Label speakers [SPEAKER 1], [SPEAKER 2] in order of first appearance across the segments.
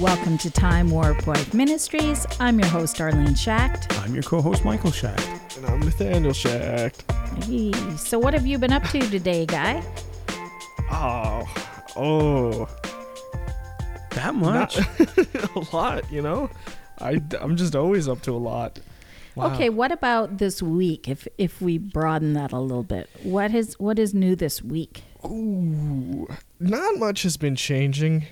[SPEAKER 1] welcome to Time Warp Wife Ministries. I'm your host, Arlene Schacht.
[SPEAKER 2] I'm your co-host Michael Shack.
[SPEAKER 3] And I'm Nathaniel Shacht.
[SPEAKER 1] Hey, so, what have you been up to today, guy?
[SPEAKER 3] Oh, oh,
[SPEAKER 2] That much?
[SPEAKER 3] a lot, you know? I, I'm just always up to a lot.
[SPEAKER 2] Wow.
[SPEAKER 1] Okay, what about this week? If if we broaden that a little bit, what is what is new this week?
[SPEAKER 3] Ooh, not much has been changing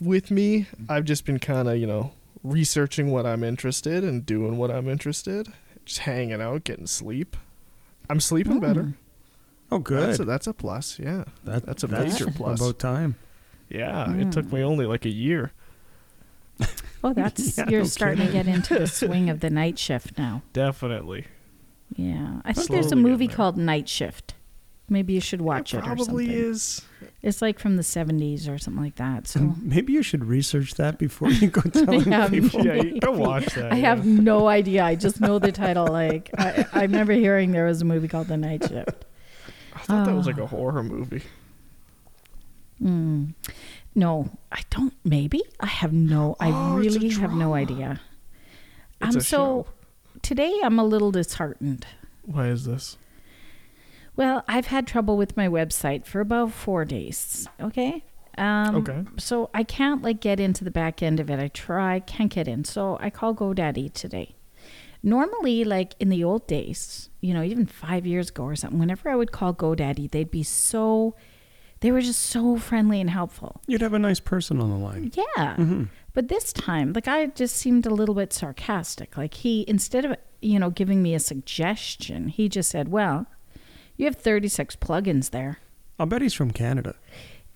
[SPEAKER 3] with me. I've just been kind of, you know, researching what I'm interested in, doing what I'm interested, just hanging out, getting sleep. I'm sleeping better.
[SPEAKER 2] Oh, good.
[SPEAKER 3] That's a, that's a plus, yeah.
[SPEAKER 2] That-
[SPEAKER 3] that's a major plus.
[SPEAKER 2] About time.
[SPEAKER 3] Yeah, it took
[SPEAKER 1] Mm.
[SPEAKER 3] me only like a year.
[SPEAKER 1] Oh, that's
[SPEAKER 2] Yeah,
[SPEAKER 1] you're
[SPEAKER 2] no
[SPEAKER 1] starting to get into the swing of the night shift now.
[SPEAKER 3] Definitely.
[SPEAKER 1] Yeah, I think there's a
[SPEAKER 3] Slowly getting
[SPEAKER 1] movie
[SPEAKER 3] there.
[SPEAKER 1] called Night Shift. Maybe you should watch it,
[SPEAKER 3] it
[SPEAKER 1] or something.
[SPEAKER 3] probably is.
[SPEAKER 1] It's like from the 70s or something like that. So
[SPEAKER 3] Mm-hmm.
[SPEAKER 2] Maybe you should research that before you go telling
[SPEAKER 1] Yeah,
[SPEAKER 2] people.
[SPEAKER 3] Yeah, you- go watch that.
[SPEAKER 1] I
[SPEAKER 3] yeah.
[SPEAKER 1] have no idea. I just know the title. Like I, I remember hearing there was a movie called The Night Shift.
[SPEAKER 3] I thought that was like
[SPEAKER 1] Oh.
[SPEAKER 3] a horror movie.
[SPEAKER 1] Mm. No, I don't. Maybe I have no. I
[SPEAKER 3] Oh, it's a
[SPEAKER 1] really have no idea.
[SPEAKER 3] It's
[SPEAKER 1] I'm
[SPEAKER 3] a
[SPEAKER 1] so
[SPEAKER 3] show.
[SPEAKER 1] today. I'm a little disheartened.
[SPEAKER 3] Why is this?
[SPEAKER 1] Well, I've had trouble with my website for about four days. Okay. Um,
[SPEAKER 3] Okay.
[SPEAKER 1] So I can't like get into the back end of it. I try, can't get in. So I call GoDaddy today. Normally, like in the old days, you know, even five years ago or something, whenever I would call GoDaddy, they'd be so, they were just so friendly and helpful.
[SPEAKER 2] You'd have a nice person on the line.
[SPEAKER 1] Yeah.
[SPEAKER 3] Mm-hmm.
[SPEAKER 1] But this time, the guy just seemed a little bit sarcastic. Like he, instead of, you know, giving me a suggestion, he just said, well, you have 36 plugins there.
[SPEAKER 2] I'll bet he's from Canada.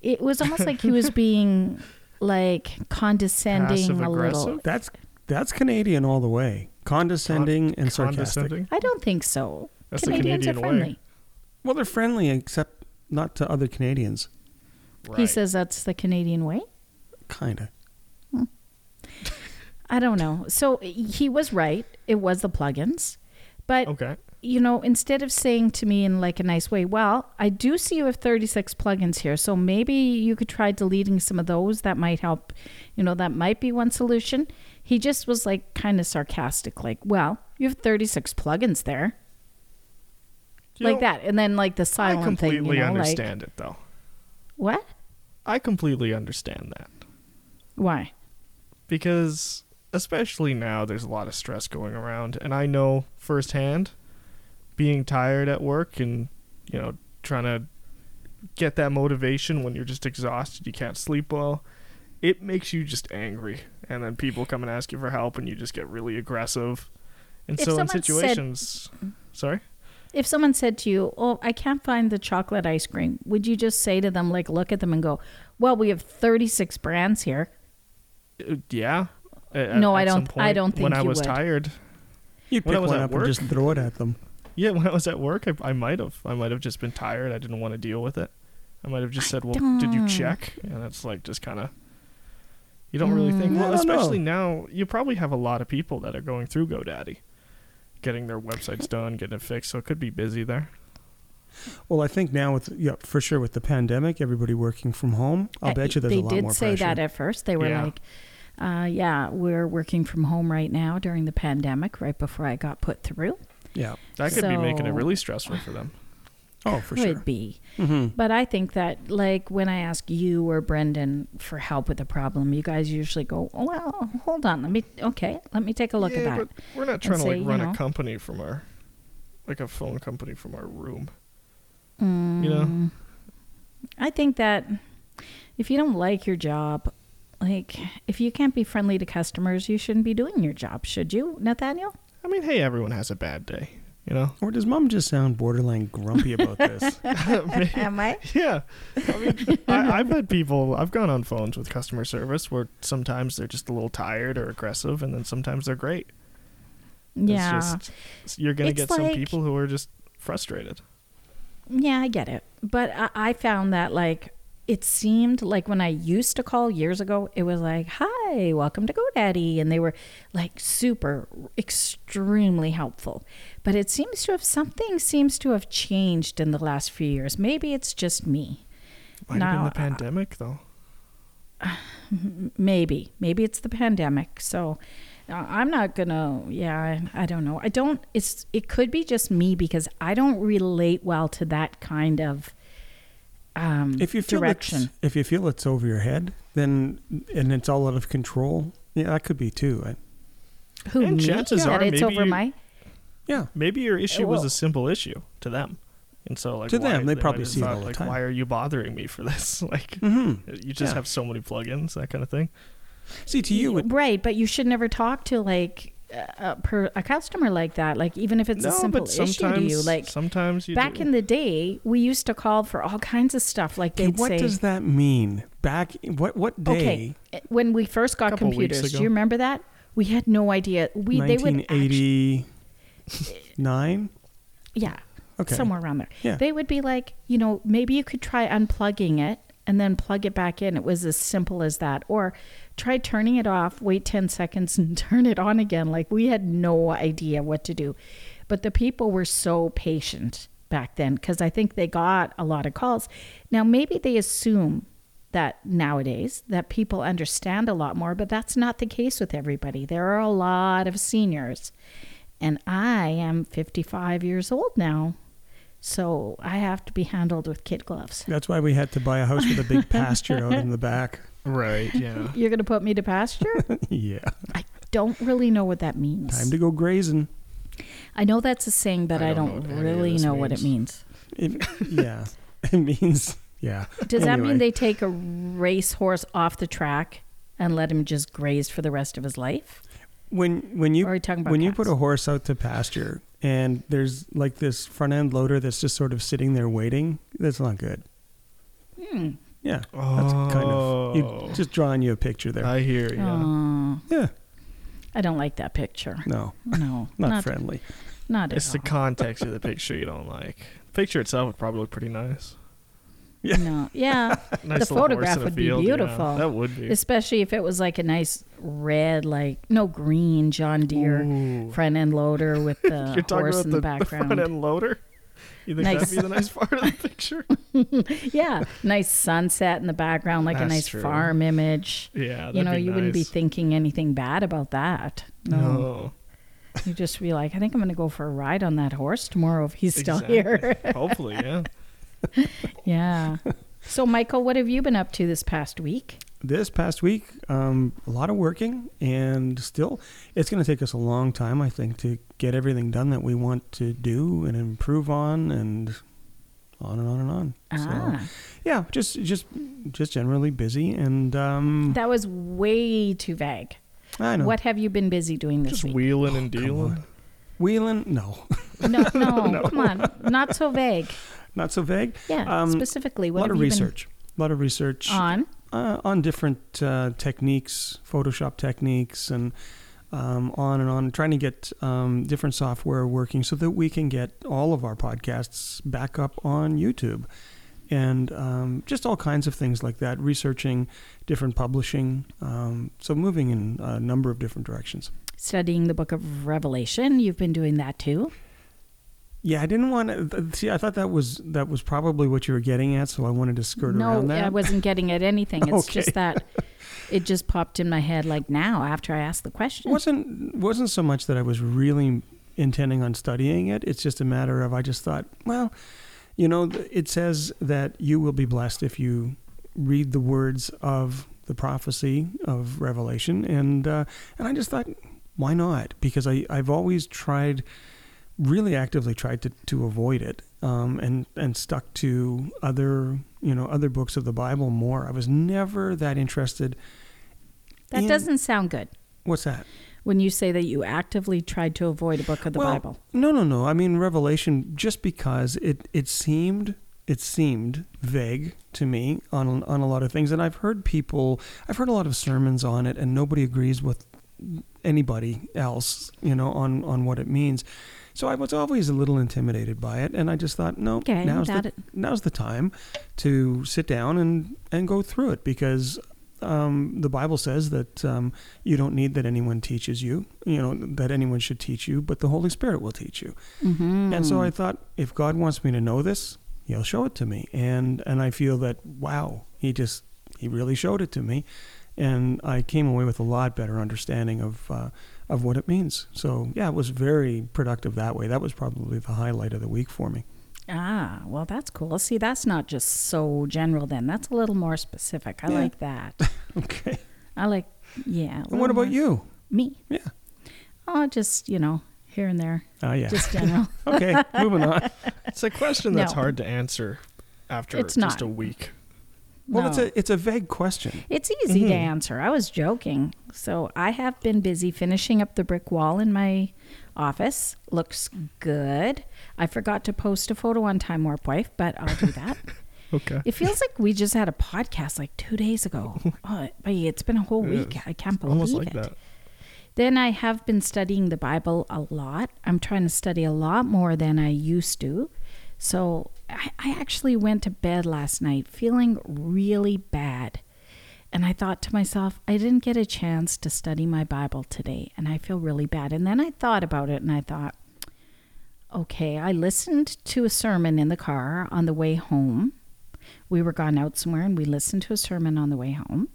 [SPEAKER 1] It was almost like he was being like condescending a little.
[SPEAKER 3] Passive-aggressive?
[SPEAKER 2] That's that's Canadian all the way. Condescending and sarcastic.
[SPEAKER 3] Condescending?
[SPEAKER 1] I don't think so.
[SPEAKER 3] That's the
[SPEAKER 1] Canadians are
[SPEAKER 3] Canadian way.
[SPEAKER 1] friendly.
[SPEAKER 2] Well, they're friendly except not to other Canadians.
[SPEAKER 1] He
[SPEAKER 3] Right.
[SPEAKER 1] says that's the Canadian way.
[SPEAKER 2] Kinda.
[SPEAKER 1] I don't know. So he was right. It was the plugins. But
[SPEAKER 3] Okay.
[SPEAKER 1] you know, instead of saying to me in like a nice way, well, I do see you have 36 plugins here, so maybe you could try deleting some of those. That might help. You know, that might be one solution. He just was like kind of sarcastic, like, well, you have 36 plugins there,
[SPEAKER 3] You
[SPEAKER 1] like
[SPEAKER 3] know,
[SPEAKER 1] that. And then like the silent
[SPEAKER 3] I completely
[SPEAKER 1] thing, you know,
[SPEAKER 3] understand it though.
[SPEAKER 1] like, what?
[SPEAKER 3] I completely understand that
[SPEAKER 1] Why?
[SPEAKER 3] because especially now there's a lot of stress going around and I know firsthand being tired at work and you know trying to get that motivation when you're just exhausted, you can't sleep well. It makes you just angry and then people come and ask you for help and you just get really aggressive. And
[SPEAKER 1] If
[SPEAKER 3] so
[SPEAKER 1] someone
[SPEAKER 3] in
[SPEAKER 1] said-
[SPEAKER 3] situations Sorry?
[SPEAKER 1] If someone said to you, oh, I can't find the chocolate ice cream, would you just say to them, like, look at them and go, well, we have 36 brands here?
[SPEAKER 3] Uh, yeah. At-
[SPEAKER 1] Mm. No,
[SPEAKER 3] at
[SPEAKER 1] I
[SPEAKER 3] some
[SPEAKER 1] don't- I don't
[SPEAKER 3] when
[SPEAKER 1] think
[SPEAKER 3] I
[SPEAKER 1] you
[SPEAKER 3] was
[SPEAKER 1] would.
[SPEAKER 3] tired.
[SPEAKER 2] You'd
[SPEAKER 3] When I
[SPEAKER 2] pick
[SPEAKER 3] was
[SPEAKER 2] one
[SPEAKER 3] at
[SPEAKER 2] up
[SPEAKER 3] work-
[SPEAKER 2] and just throw it at them.
[SPEAKER 3] Yeah, when I was at work, I, I might have. I might have just been tired. I didn't want to deal with it. I might have just said, "Well, did you
[SPEAKER 1] don't-
[SPEAKER 3] check?" And it's like just kind of. You don't really think.
[SPEAKER 2] Mm.
[SPEAKER 3] Well,
[SPEAKER 2] I don't know.
[SPEAKER 3] especially now, you probably have a lot of people that are going through GoDaddy, getting their websites done, getting it fixed. So it could be busy there.
[SPEAKER 2] Well, I think now with yeah, for sure with the pandemic, everybody working from home, I'll
[SPEAKER 1] Uh,
[SPEAKER 2] bet you there's
[SPEAKER 1] they
[SPEAKER 2] a lot
[SPEAKER 1] did
[SPEAKER 2] more
[SPEAKER 1] say
[SPEAKER 2] pressure.
[SPEAKER 1] that at first. They were
[SPEAKER 3] Yeah.
[SPEAKER 1] like, uh, "Yeah, we're working from home right now during the pandemic. Right before I got put through,
[SPEAKER 2] yeah.
[SPEAKER 3] That could be making it
[SPEAKER 1] So-
[SPEAKER 3] really stressful for them.
[SPEAKER 2] Oh, for
[SPEAKER 1] could
[SPEAKER 2] sure.
[SPEAKER 1] be."
[SPEAKER 2] hmm
[SPEAKER 1] But I think that, like, when I ask you or Brendan for help with a problem, you guys usually go, oh, "Well, hold on, let me okay, let me take a look
[SPEAKER 3] yeah,
[SPEAKER 1] at that."
[SPEAKER 3] but we're not trying to
[SPEAKER 1] say,
[SPEAKER 3] like
[SPEAKER 1] you
[SPEAKER 3] run
[SPEAKER 1] know.
[SPEAKER 3] a company from our, like a phone company from our room.
[SPEAKER 1] Mm,
[SPEAKER 3] You know,
[SPEAKER 1] I think that if you don't like your job, like if you can't be friendly to customers, you shouldn't be doing your job, should you, Nathaniel?
[SPEAKER 3] I mean, hey, everyone has a bad day. You know.
[SPEAKER 2] Or does mom just sound borderline grumpy about this?
[SPEAKER 1] Am I?
[SPEAKER 3] Yeah. I mean, I, I've had people, I've gone on phones with customer service where sometimes they're just a little tired or aggressive, and then sometimes they're great. It's
[SPEAKER 1] Yeah.
[SPEAKER 3] just, you're going to
[SPEAKER 1] It's
[SPEAKER 3] get
[SPEAKER 1] like-
[SPEAKER 3] some people who are just frustrated.
[SPEAKER 1] Yeah, I get it. But I, I found that like it seemed like when I used to call years ago, it was like, "Hi, welcome to GoDaddy," and they were like super, extremely helpful. But it seems to have something seems to have changed in the last few years. Maybe it's just me.
[SPEAKER 3] Might have
[SPEAKER 1] Now,
[SPEAKER 3] been the pandemic, though.
[SPEAKER 1] maybe maybe it's the pandemic so uh, i'm not gonna yeah I, I don't know i don't it's it could be just me because i don't relate well to that kind of um
[SPEAKER 2] If you feel it's,
[SPEAKER 1] direction
[SPEAKER 2] if you feel it's over your head, then and it's all out of control, yeah, that could be too. I,
[SPEAKER 1] who
[SPEAKER 3] And
[SPEAKER 1] me?
[SPEAKER 3] chances
[SPEAKER 1] that
[SPEAKER 3] are
[SPEAKER 1] it's
[SPEAKER 3] maybe
[SPEAKER 1] over
[SPEAKER 3] you-
[SPEAKER 1] my
[SPEAKER 2] yeah,
[SPEAKER 3] Maybe your issue was
[SPEAKER 1] will.
[SPEAKER 3] a simple issue to them, and so like
[SPEAKER 2] To
[SPEAKER 3] why-
[SPEAKER 2] them, they
[SPEAKER 3] might
[SPEAKER 2] probably
[SPEAKER 3] have
[SPEAKER 2] see it
[SPEAKER 3] thought,
[SPEAKER 2] all the
[SPEAKER 3] like,
[SPEAKER 2] time.
[SPEAKER 3] Why are you bothering me for this? Like uh,
[SPEAKER 2] mm-hmm.
[SPEAKER 3] you just
[SPEAKER 2] Yeah.
[SPEAKER 3] have so many plugins, that kind of thing.
[SPEAKER 2] See, to you, it,
[SPEAKER 1] right but you should never talk to like a, per, a customer like that like even if it's a simple issue to you like
[SPEAKER 3] sometimes you
[SPEAKER 1] back
[SPEAKER 3] do.
[SPEAKER 1] in the day we used to call for all kinds of stuff like
[SPEAKER 2] okay,
[SPEAKER 1] they'd
[SPEAKER 2] what
[SPEAKER 1] say
[SPEAKER 2] does that mean? Back what what day?
[SPEAKER 1] Okay, uh, when we first got
[SPEAKER 3] Couple weeks
[SPEAKER 1] computers, do
[SPEAKER 3] ago.
[SPEAKER 1] you remember that? We had no idea. We they would actually,
[SPEAKER 2] 1989.
[SPEAKER 1] yeah,
[SPEAKER 2] Okay.
[SPEAKER 1] somewhere around there.
[SPEAKER 2] Yeah.
[SPEAKER 1] They would be like, you know, maybe you could try unplugging it and then plug it back in. It was as simple as that. Or try turning it off, wait 10 seconds and turn it on again. Like we had no idea what to do. But the people were so patient back then because I think they got a lot of calls. Now, maybe they assume that nowadays that people understand a lot more but that's not the case with everybody there are a lot of seniors and i am 55 years old now so I have to be handled with kid gloves.
[SPEAKER 2] That's why we had to buy a house with a big pasture out in the back.
[SPEAKER 3] right, yeah.
[SPEAKER 1] You're going to put me to pasture?
[SPEAKER 2] yeah.
[SPEAKER 1] I don't really know what that means.
[SPEAKER 2] Time to go grazing.
[SPEAKER 1] I know that's a saying, but I,
[SPEAKER 3] I don't
[SPEAKER 1] don't,
[SPEAKER 3] know what any of
[SPEAKER 1] really
[SPEAKER 3] this
[SPEAKER 1] know what it means.
[SPEAKER 2] It, yeah. It means yeah.
[SPEAKER 1] Does that
[SPEAKER 2] Anyway.
[SPEAKER 1] mean they take a racehorse off the track and let him just graze for the rest of his life?
[SPEAKER 2] When when you
[SPEAKER 1] or are you talking about
[SPEAKER 2] when you
[SPEAKER 1] cats?
[SPEAKER 2] put a horse out to pasture and there's like this front end loader that's just sort of sitting there waiting, that's not good.
[SPEAKER 1] Hmm.
[SPEAKER 2] Yeah. That's kind of you,
[SPEAKER 3] Oh.
[SPEAKER 2] just drawing you a picture there.
[SPEAKER 3] I hear you.
[SPEAKER 1] Oh. Aw,
[SPEAKER 2] yeah.
[SPEAKER 1] I don't like that picture.
[SPEAKER 2] No.
[SPEAKER 1] No,
[SPEAKER 2] Not,
[SPEAKER 1] not
[SPEAKER 2] friendly.
[SPEAKER 1] not at
[SPEAKER 3] It's the
[SPEAKER 1] all.
[SPEAKER 3] context of the picture you don't like. The picture itself would probably look pretty nice.
[SPEAKER 2] Yeah.
[SPEAKER 1] No, yeah,
[SPEAKER 3] Nice
[SPEAKER 1] The
[SPEAKER 3] little horse
[SPEAKER 1] photograph
[SPEAKER 3] in a
[SPEAKER 1] would be
[SPEAKER 3] field, yeah.
[SPEAKER 1] beautiful.
[SPEAKER 3] That would be.
[SPEAKER 1] especially if it was like a nice red, like no green John Deere
[SPEAKER 3] Ooh.
[SPEAKER 1] front end loader with the
[SPEAKER 3] You're talking
[SPEAKER 1] horse
[SPEAKER 3] about
[SPEAKER 1] in
[SPEAKER 3] the,
[SPEAKER 1] the
[SPEAKER 3] the
[SPEAKER 1] background.
[SPEAKER 3] front end loader. You think
[SPEAKER 1] Nice.
[SPEAKER 3] that'd be the nice part of the picture?
[SPEAKER 1] yeah, nice sunset in the background, like
[SPEAKER 3] That's
[SPEAKER 1] a nice
[SPEAKER 3] true.
[SPEAKER 1] farm image.
[SPEAKER 3] Yeah, that'd
[SPEAKER 1] you know,
[SPEAKER 3] be
[SPEAKER 1] you wouldn't be "Oh,
[SPEAKER 3] nice.
[SPEAKER 1] thinking anything bad about that. No,
[SPEAKER 3] No.
[SPEAKER 1] you just be like, I think I'm going to go for a ride on that horse tomorrow if he's still
[SPEAKER 3] Exactly.
[SPEAKER 1] here.
[SPEAKER 3] Hopefully, yeah.
[SPEAKER 1] yeah. So, Michael, what have you been up to this past week?
[SPEAKER 2] This past week, um, a lot of working, and still, it's going to take us a long time, I think, to get everything done that we want to do and improve on, and on and on and on.
[SPEAKER 1] Ah,
[SPEAKER 2] So, yeah, just just just generally busy, and um,
[SPEAKER 1] that was way too vague.
[SPEAKER 2] I know
[SPEAKER 1] What have you been busy doing this
[SPEAKER 3] Just
[SPEAKER 1] week?
[SPEAKER 3] wheeling and
[SPEAKER 1] Oh,
[SPEAKER 2] come
[SPEAKER 3] dealing.
[SPEAKER 2] wheeling. No,
[SPEAKER 1] No, no, come on, not so vague.
[SPEAKER 2] not so vague.
[SPEAKER 1] Yeah,
[SPEAKER 2] Um,
[SPEAKER 1] specifically,
[SPEAKER 2] A
[SPEAKER 1] what
[SPEAKER 2] lot
[SPEAKER 1] have
[SPEAKER 2] of
[SPEAKER 1] you
[SPEAKER 2] research. A lot of research.
[SPEAKER 1] been on?
[SPEAKER 2] uh, on different uh, techniques, Photoshop techniques, and um, on and on, trying to get um, different software working so that we can get all of our podcasts back up on YouTube. And um, just all kinds of things like that, researching different publishing. Um, so, moving in a number of different directions.
[SPEAKER 1] Studying the Book of Revelation. You've been doing that too.
[SPEAKER 2] Yeah, I didn't want to see. I thought that was that was probably what you were getting at, so I wanted to skirt
[SPEAKER 1] no,
[SPEAKER 2] around that.
[SPEAKER 1] I wasn't getting at anything. It's
[SPEAKER 2] Okay.
[SPEAKER 1] just that it just popped in my head like now after I asked the question.
[SPEAKER 2] wasn't wasn't so much that I was really intending on studying it. It's just a matter of I just thought, well, you know, th- it says that you will be blessed if you read the words of the prophecy of Revelation, and uh, and I just thought, why not? Because I I've always tried, really actively tried to to avoid it, um, and and stuck to other you know other books of the Bible more. I was never that interested.
[SPEAKER 1] That
[SPEAKER 2] in-
[SPEAKER 1] doesn't sound good
[SPEAKER 2] What's that?
[SPEAKER 1] when you say that you actively tried to avoid a book of the
[SPEAKER 2] Well,
[SPEAKER 1] Bible.
[SPEAKER 2] No, no, no. I mean Revelation, just because it it seemed it seemed vague to me on on a lot of things, and I've heard people, I've heard a lot of sermons on it, and nobody agrees with anybody else, you know, on on what it means. So I was always a little intimidated by it, and I just thought, no,
[SPEAKER 1] Okay,
[SPEAKER 2] now's the
[SPEAKER 1] that it-
[SPEAKER 2] now's the time to sit down and and go through it because um, the Bible says that um, you don't need that anyone teaches you, you know, that anyone should teach you, but the Holy Spirit will teach you.
[SPEAKER 1] Mhm.
[SPEAKER 2] And so I thought, if God wants me to know this, He'll show it to me, and and I feel that wow, He just he really showed it to me, and I came away with a lot better understanding of uh, of what it means. So yeah, it was very productive that way. That was probably the highlight of the week for me.
[SPEAKER 1] Ah, well, that's cool. See, that's not just so general then. That's a little more specific. I
[SPEAKER 2] Yeah.
[SPEAKER 1] like that.
[SPEAKER 2] Okay.
[SPEAKER 1] I like, yeah. a
[SPEAKER 2] And
[SPEAKER 1] little
[SPEAKER 2] what
[SPEAKER 1] more-
[SPEAKER 2] about you?
[SPEAKER 1] Me.
[SPEAKER 2] Yeah.
[SPEAKER 1] Oh, just, you know, here and there.
[SPEAKER 2] Oh yeah.
[SPEAKER 1] Just general.
[SPEAKER 2] okay. Moving on.
[SPEAKER 3] It's a question that's
[SPEAKER 1] No.
[SPEAKER 3] hard to answer after
[SPEAKER 1] It's
[SPEAKER 3] just
[SPEAKER 1] not.
[SPEAKER 3] a week.
[SPEAKER 2] Well,
[SPEAKER 1] no.
[SPEAKER 2] it's a it's a vague question.
[SPEAKER 1] It's easy to
[SPEAKER 3] Mhm.
[SPEAKER 1] answer. I was joking. So I have been busy finishing up the brick wall in my office. Looks good. I forgot to post a photo on Time Warp Wife, but I'll do that.
[SPEAKER 3] Okay.
[SPEAKER 1] it feels like we just had a podcast like two days ago. Oh, but it's been a whole
[SPEAKER 3] Yeah,
[SPEAKER 1] week. I can't believe
[SPEAKER 3] Almost like
[SPEAKER 1] it.
[SPEAKER 3] that.
[SPEAKER 1] Then I have been studying the Bible a lot. I'm trying to study a lot more than I used to. So I, I actually went to bed last night feeling really bad. And I thought to myself, I didn't get a chance to study my Bible today, and I feel really bad. And then I thought about it and I thought, okay, I listened to a sermon in the car on the way home. We were gone out somewhere and we listened to a sermon on the way home.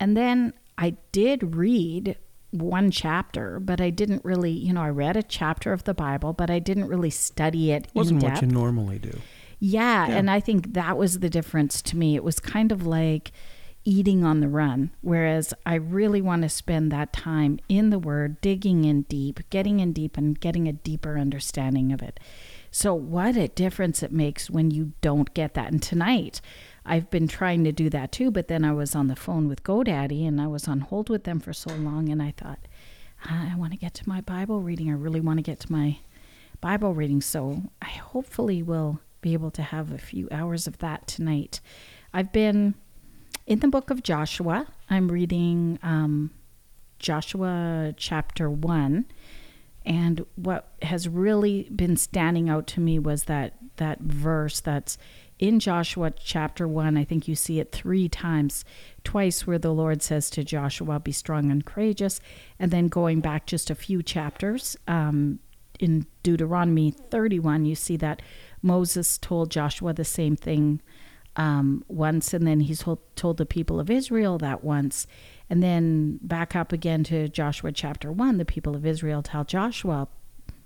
[SPEAKER 1] And then I did read one chapter, but I didn't really, you know, I read a chapter of the Bible, but I didn't really study it
[SPEAKER 2] Wasn't
[SPEAKER 1] in
[SPEAKER 2] what
[SPEAKER 1] depth.
[SPEAKER 2] you normally do.
[SPEAKER 1] Yeah, and I think that was the difference to me. It was kind of like eating on the run, whereas I really want to spend that time in the Word, digging in deep, getting in deep, and getting a deeper understanding of it. So, what a difference it makes when you don't get that. And tonight, I've been trying to do that too, but then I was on the phone with GoDaddy and I was on hold with them for so long, and I thought, "Ah, I want to get to my Bible reading. I really want to get to my Bible reading, so I hopefully will be able to have a few hours of that tonight. I've been in the book of Joshua. I'm reading um, Joshua chapter 1. And what has really been standing out to me was that, that verse that's in Joshua chapter 1. I think you see it three times, twice where the Lord says to Joshua, Be strong and courageous. And then going back just a few chapters, um, in Deuteronomy 31, you see that Moses told Joshua the same thing um, once, and then he's told, told the people of Israel that once. And then back up again to Joshua chapter 1, the people of Israel tell Joshua,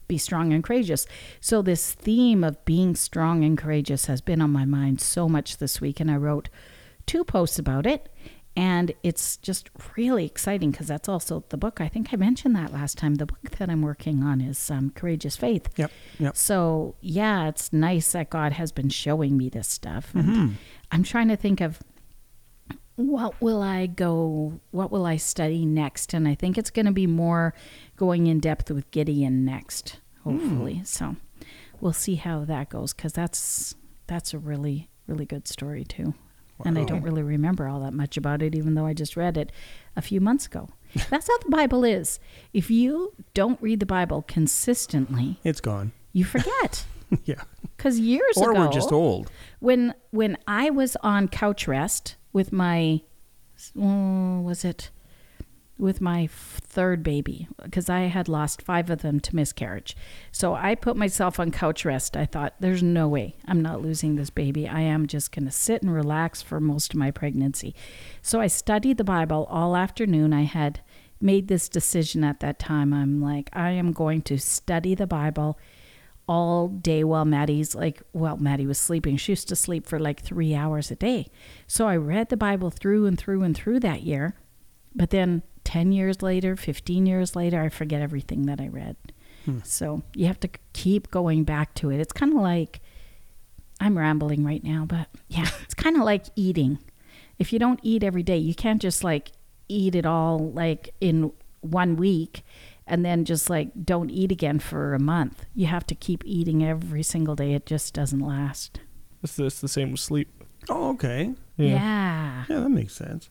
[SPEAKER 1] be strong and courageous. So, this theme of being strong and courageous has been on my mind so much this week, and I wrote two posts about it. And it's just really exciting because that's also the book. I think I mentioned that last time. The book that I'm working on is um, Courageous Faith.
[SPEAKER 2] Yep. Yep.
[SPEAKER 1] So, yeah, it's nice that God has been showing me this stuff. And
[SPEAKER 2] Mm-hmm.
[SPEAKER 1] I'm trying to think of what will I go, what will I study next? And I think it's going to be more going in depth with Gideon next, hopefully.
[SPEAKER 2] Hmm.
[SPEAKER 1] So, we'll see how that goes because that's that's a really really good story too. And I
[SPEAKER 2] Wow.
[SPEAKER 1] don't really remember all that much about it, even though I just read it a few months ago. That's how the Bible is. If you don't read the Bible consistently,
[SPEAKER 2] It's gone.
[SPEAKER 1] you forget
[SPEAKER 2] yeah.
[SPEAKER 1] because years
[SPEAKER 2] Or
[SPEAKER 1] ago
[SPEAKER 2] we're just old.
[SPEAKER 1] when when i was on couch rest with my mm, was it with my f- third baby because i had lost five of them to miscarriage so i put myself on couch rest i thought there's no way i'm not losing this baby i am just going to sit and relax for most of my pregnancy so i studied the bible all afternoon i had made this decision at that time i'm like i am going to study the bible all day while Maddie's like, well, Maddie was sleeping. She used to sleep for like three hours a day. So I read the Bible through and through and through that year. But then 10 years later, 15 years later, I forget everything that I read. So you have to c- keep going back to it. It's kind of like, I'm rambling right now, but yeah, it's kind of like eating. If you don't eat every day, you can't just like eat it all like in one week and then just like don't eat again for a month. You have to keep eating every single day. It just doesn't last.
[SPEAKER 3] It's, it's the same with sleep.
[SPEAKER 2] Oh, okay.
[SPEAKER 1] Yeah.
[SPEAKER 2] Yeah, that makes sense.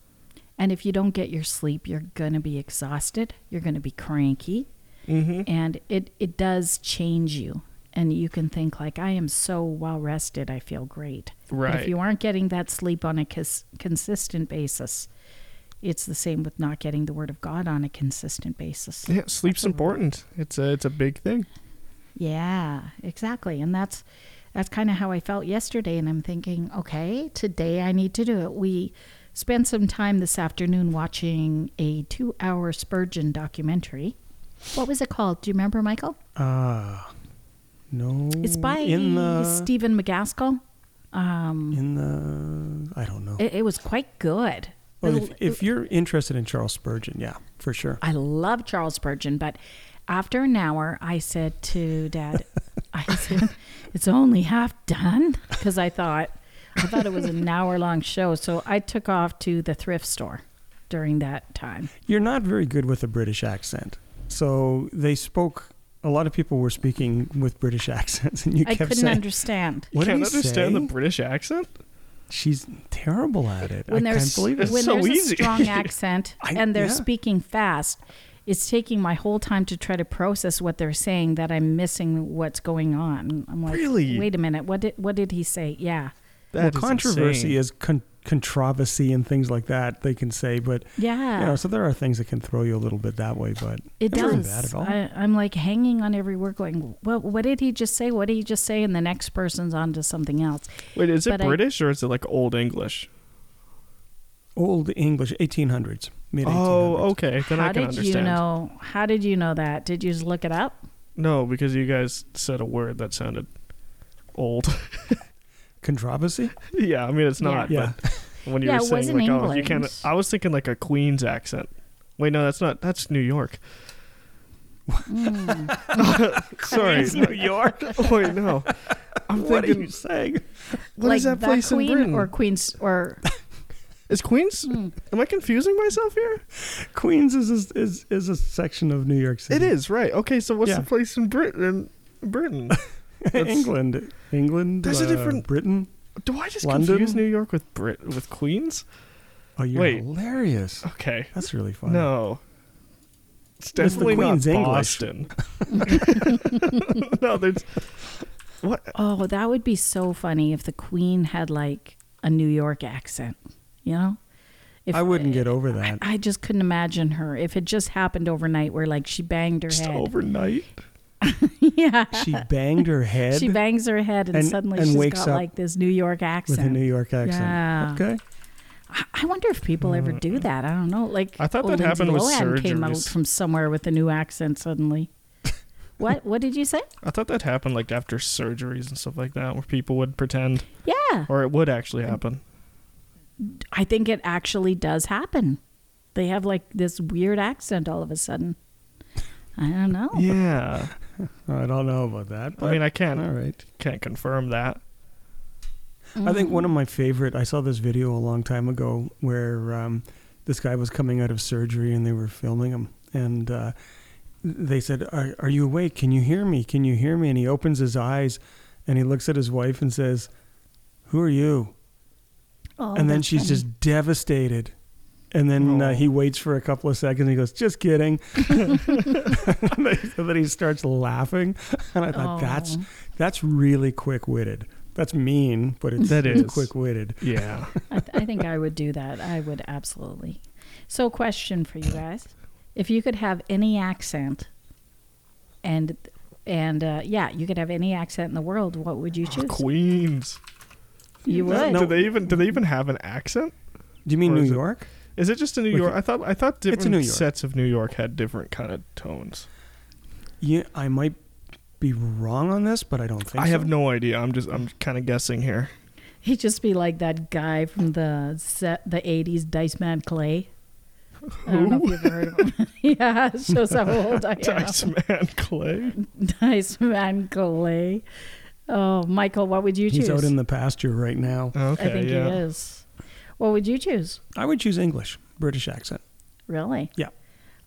[SPEAKER 1] And if you don't get your sleep, you're going to be exhausted, you're going to be cranky,
[SPEAKER 3] Mm-hmm.
[SPEAKER 1] and it it does change you. And you can think like I am so well rested, I feel great. But if
[SPEAKER 3] Right.
[SPEAKER 1] you aren't getting that sleep on a cons- consistent basis, it's the same with not getting the word of God on a consistent basis.
[SPEAKER 3] Yeah, sleep's important. It's a it's a big thing.
[SPEAKER 1] Yeah, exactly. And that's that's kind of how I felt yesterday and I'm thinking, okay, today I need to do it. We spent some time this afternoon watching a two hour Spurgeon documentary. What was it called? Do you remember, Michael?
[SPEAKER 2] Uh, no.
[SPEAKER 1] It's by
[SPEAKER 2] Mm, in uh, the
[SPEAKER 1] Stephen McGaskill. Um,
[SPEAKER 2] in the I don't know.
[SPEAKER 1] it, it was quite good.
[SPEAKER 2] Well,
[SPEAKER 1] It'll-
[SPEAKER 2] Oh, if, if you're interested in Charles Spurgeon, yeah, for sure.
[SPEAKER 1] I love Charles Spurgeon, but after an hour, I said to Dad, "I said it's only half done," because I thought I thought it was an hour long show. So I took off to the thrift store during that time.
[SPEAKER 2] You're not very good with a British accent, so they spoke. A lot of people were speaking with British accents, and you
[SPEAKER 1] I
[SPEAKER 2] kept
[SPEAKER 1] couldn't
[SPEAKER 2] saying,
[SPEAKER 1] understand
[SPEAKER 3] You
[SPEAKER 2] What did
[SPEAKER 3] can't
[SPEAKER 2] he
[SPEAKER 3] understand
[SPEAKER 2] say?
[SPEAKER 3] the British accent?
[SPEAKER 2] "She's terrible at it."
[SPEAKER 1] when
[SPEAKER 2] I
[SPEAKER 1] there's
[SPEAKER 2] can't believe it.
[SPEAKER 1] when
[SPEAKER 3] so
[SPEAKER 1] there's
[SPEAKER 3] easy.
[SPEAKER 1] a strong accent
[SPEAKER 2] I-
[SPEAKER 1] and they're
[SPEAKER 2] yeah.
[SPEAKER 1] speaking fast. It's taking my whole time to try to process what they're saying that I'm missing what's going on. I'm like,
[SPEAKER 3] Really?
[SPEAKER 1] wait a minute, what did what did he say? Yeah,
[SPEAKER 3] That
[SPEAKER 2] well,
[SPEAKER 3] is
[SPEAKER 2] controversy
[SPEAKER 3] insane.
[SPEAKER 2] is con- controversy and things like that. They can say, but
[SPEAKER 1] yeah.
[SPEAKER 2] you know, so there are things that can throw you a little bit that way. But
[SPEAKER 1] It
[SPEAKER 2] That wasn't
[SPEAKER 1] does.
[SPEAKER 2] bad at all.
[SPEAKER 1] I, I'm like hanging on every word, going, "What? What did he just say? What did he just say?" And the next person's on to something else.
[SPEAKER 3] Wait, is it
[SPEAKER 1] but I-
[SPEAKER 3] British or is it like old English?
[SPEAKER 2] old English, 1800s, mid 1800s.
[SPEAKER 3] Oh, okay. Then
[SPEAKER 1] how
[SPEAKER 3] I can
[SPEAKER 1] did
[SPEAKER 3] understand.
[SPEAKER 1] you know? How did you know that? Did you just look it up?
[SPEAKER 3] No, because you guys said a word that sounded old.
[SPEAKER 2] Controversy.
[SPEAKER 3] yeah, I mean it's
[SPEAKER 1] Yeah.
[SPEAKER 3] not.
[SPEAKER 2] Yeah,
[SPEAKER 3] But when you
[SPEAKER 1] Yeah,
[SPEAKER 3] were
[SPEAKER 1] it
[SPEAKER 3] saying
[SPEAKER 1] wasn't
[SPEAKER 3] like, oh, you
[SPEAKER 1] England.
[SPEAKER 3] can't. I was thinking like a Queen's accent. Wait, no, that's not. That's New York.
[SPEAKER 1] Mm.
[SPEAKER 3] Sorry, New York. Wait, no. I'm
[SPEAKER 2] what are
[SPEAKER 3] thinking.
[SPEAKER 2] you saying?
[SPEAKER 3] what
[SPEAKER 1] like
[SPEAKER 3] is that
[SPEAKER 1] the
[SPEAKER 3] place
[SPEAKER 1] Queen
[SPEAKER 3] in Britain?
[SPEAKER 1] or Queen's or
[SPEAKER 3] Is Queens?
[SPEAKER 1] Mm.
[SPEAKER 3] Am I confusing myself here?
[SPEAKER 2] Queens is is, is is a section of New York City.
[SPEAKER 3] It is right. Okay, so what's
[SPEAKER 2] Yeah.
[SPEAKER 3] the place in Britain? Britain. That's-
[SPEAKER 2] England, England.
[SPEAKER 3] There's a
[SPEAKER 2] uh,
[SPEAKER 3] different-
[SPEAKER 2] Britain.
[SPEAKER 3] Do I just
[SPEAKER 2] London?
[SPEAKER 3] confuse New York with Brit with Queens?
[SPEAKER 2] Oh, you're
[SPEAKER 3] Wait.
[SPEAKER 2] hilarious.
[SPEAKER 3] Okay,
[SPEAKER 2] That's really funny.
[SPEAKER 3] no. It's
[SPEAKER 2] That's the
[SPEAKER 3] definitely
[SPEAKER 2] Queen's
[SPEAKER 3] not
[SPEAKER 2] English.
[SPEAKER 3] Boston. no, there's what?
[SPEAKER 1] oh, that would be so funny if the Queen had like a New York accent. You know, if
[SPEAKER 2] I wouldn't get over that.
[SPEAKER 1] I just couldn't imagine her if it just happened overnight, where like she banged her
[SPEAKER 3] Just
[SPEAKER 1] head.
[SPEAKER 3] overnight.
[SPEAKER 1] yeah.
[SPEAKER 2] she banged her head
[SPEAKER 1] She bangs her head and,
[SPEAKER 2] And-
[SPEAKER 1] suddenly
[SPEAKER 2] and
[SPEAKER 1] she's
[SPEAKER 2] wakes
[SPEAKER 1] got
[SPEAKER 2] up
[SPEAKER 1] like this New York accent.
[SPEAKER 2] with a New York accent.
[SPEAKER 1] Yeah.
[SPEAKER 2] Okay.
[SPEAKER 1] I- I wonder if people ever do that. I don't know. Like
[SPEAKER 3] I thought
[SPEAKER 1] old
[SPEAKER 3] that happened with
[SPEAKER 1] Lindsay Lohan came out
[SPEAKER 3] surgeries.
[SPEAKER 1] from somewhere with a new accent suddenly. what? What did you say?
[SPEAKER 3] I thought that happened like after surgeries and stuff like that, where people would pretend,
[SPEAKER 1] Yeah,
[SPEAKER 3] or it would actually happen.
[SPEAKER 1] I think it actually does happen. They have like this weird accent all of a sudden. I don't know.
[SPEAKER 3] Yeah,
[SPEAKER 2] I don't know about that. But
[SPEAKER 3] I mean, I can't
[SPEAKER 2] all right.
[SPEAKER 3] can't confirm that.
[SPEAKER 2] I think
[SPEAKER 1] Mm-hmm.
[SPEAKER 2] one of my favorite. I saw this video a long time ago where um, this guy was coming out of surgery and they were filming him, and uh, they said, are, "Are you awake? Can you hear me? Can you hear me?" And he opens his eyes, and he looks at his wife and says, "Who are you?"
[SPEAKER 1] Oh,
[SPEAKER 2] and then
[SPEAKER 1] that's
[SPEAKER 2] she's
[SPEAKER 1] funny.
[SPEAKER 2] just devastated. And then
[SPEAKER 3] Oh.
[SPEAKER 2] uh, he waits for a couple of seconds. And he goes, "Just kidding," and then he starts laughing. And I thought, "That's
[SPEAKER 1] Oh,
[SPEAKER 2] that's really quick witted. That's mean, but it's
[SPEAKER 3] That is.
[SPEAKER 2] quick witted."
[SPEAKER 3] Yeah.
[SPEAKER 1] I, th- I think I would do that. I would absolutely. So, question for you guys: If you could have any accent, and and uh, yeah, you could have any accent in the world, what would you choose?
[SPEAKER 3] Queens.
[SPEAKER 1] You
[SPEAKER 2] No,
[SPEAKER 1] would.
[SPEAKER 2] no.
[SPEAKER 3] Do they even do they even have an accent?
[SPEAKER 2] Do you mean
[SPEAKER 3] Or
[SPEAKER 2] New
[SPEAKER 3] is it-
[SPEAKER 2] York?
[SPEAKER 3] Is it just a New
[SPEAKER 2] Like,
[SPEAKER 3] York? I thought I thought
[SPEAKER 2] it's a
[SPEAKER 3] different
[SPEAKER 2] New York.
[SPEAKER 3] sets of New York had different kind of tones.
[SPEAKER 2] Yeah, I might be wrong on this, but I don't think
[SPEAKER 3] I have
[SPEAKER 2] so.
[SPEAKER 3] no idea. I'm just I'm kind of guessing here.
[SPEAKER 1] He'd just be like that guy from the set, the '80s Dice Man Clay. I don't know if you've ever heard of him. yeah, it shows how old I am.
[SPEAKER 3] Dice Man Clay.
[SPEAKER 1] Dice Man Clay. Oh, Michael, what would you choose?
[SPEAKER 2] He's out in the pasture right now.
[SPEAKER 3] Okay.
[SPEAKER 1] I think
[SPEAKER 3] yeah.
[SPEAKER 1] he is. What would you choose?
[SPEAKER 2] I would choose English, British accent.
[SPEAKER 1] Really?
[SPEAKER 2] Yeah.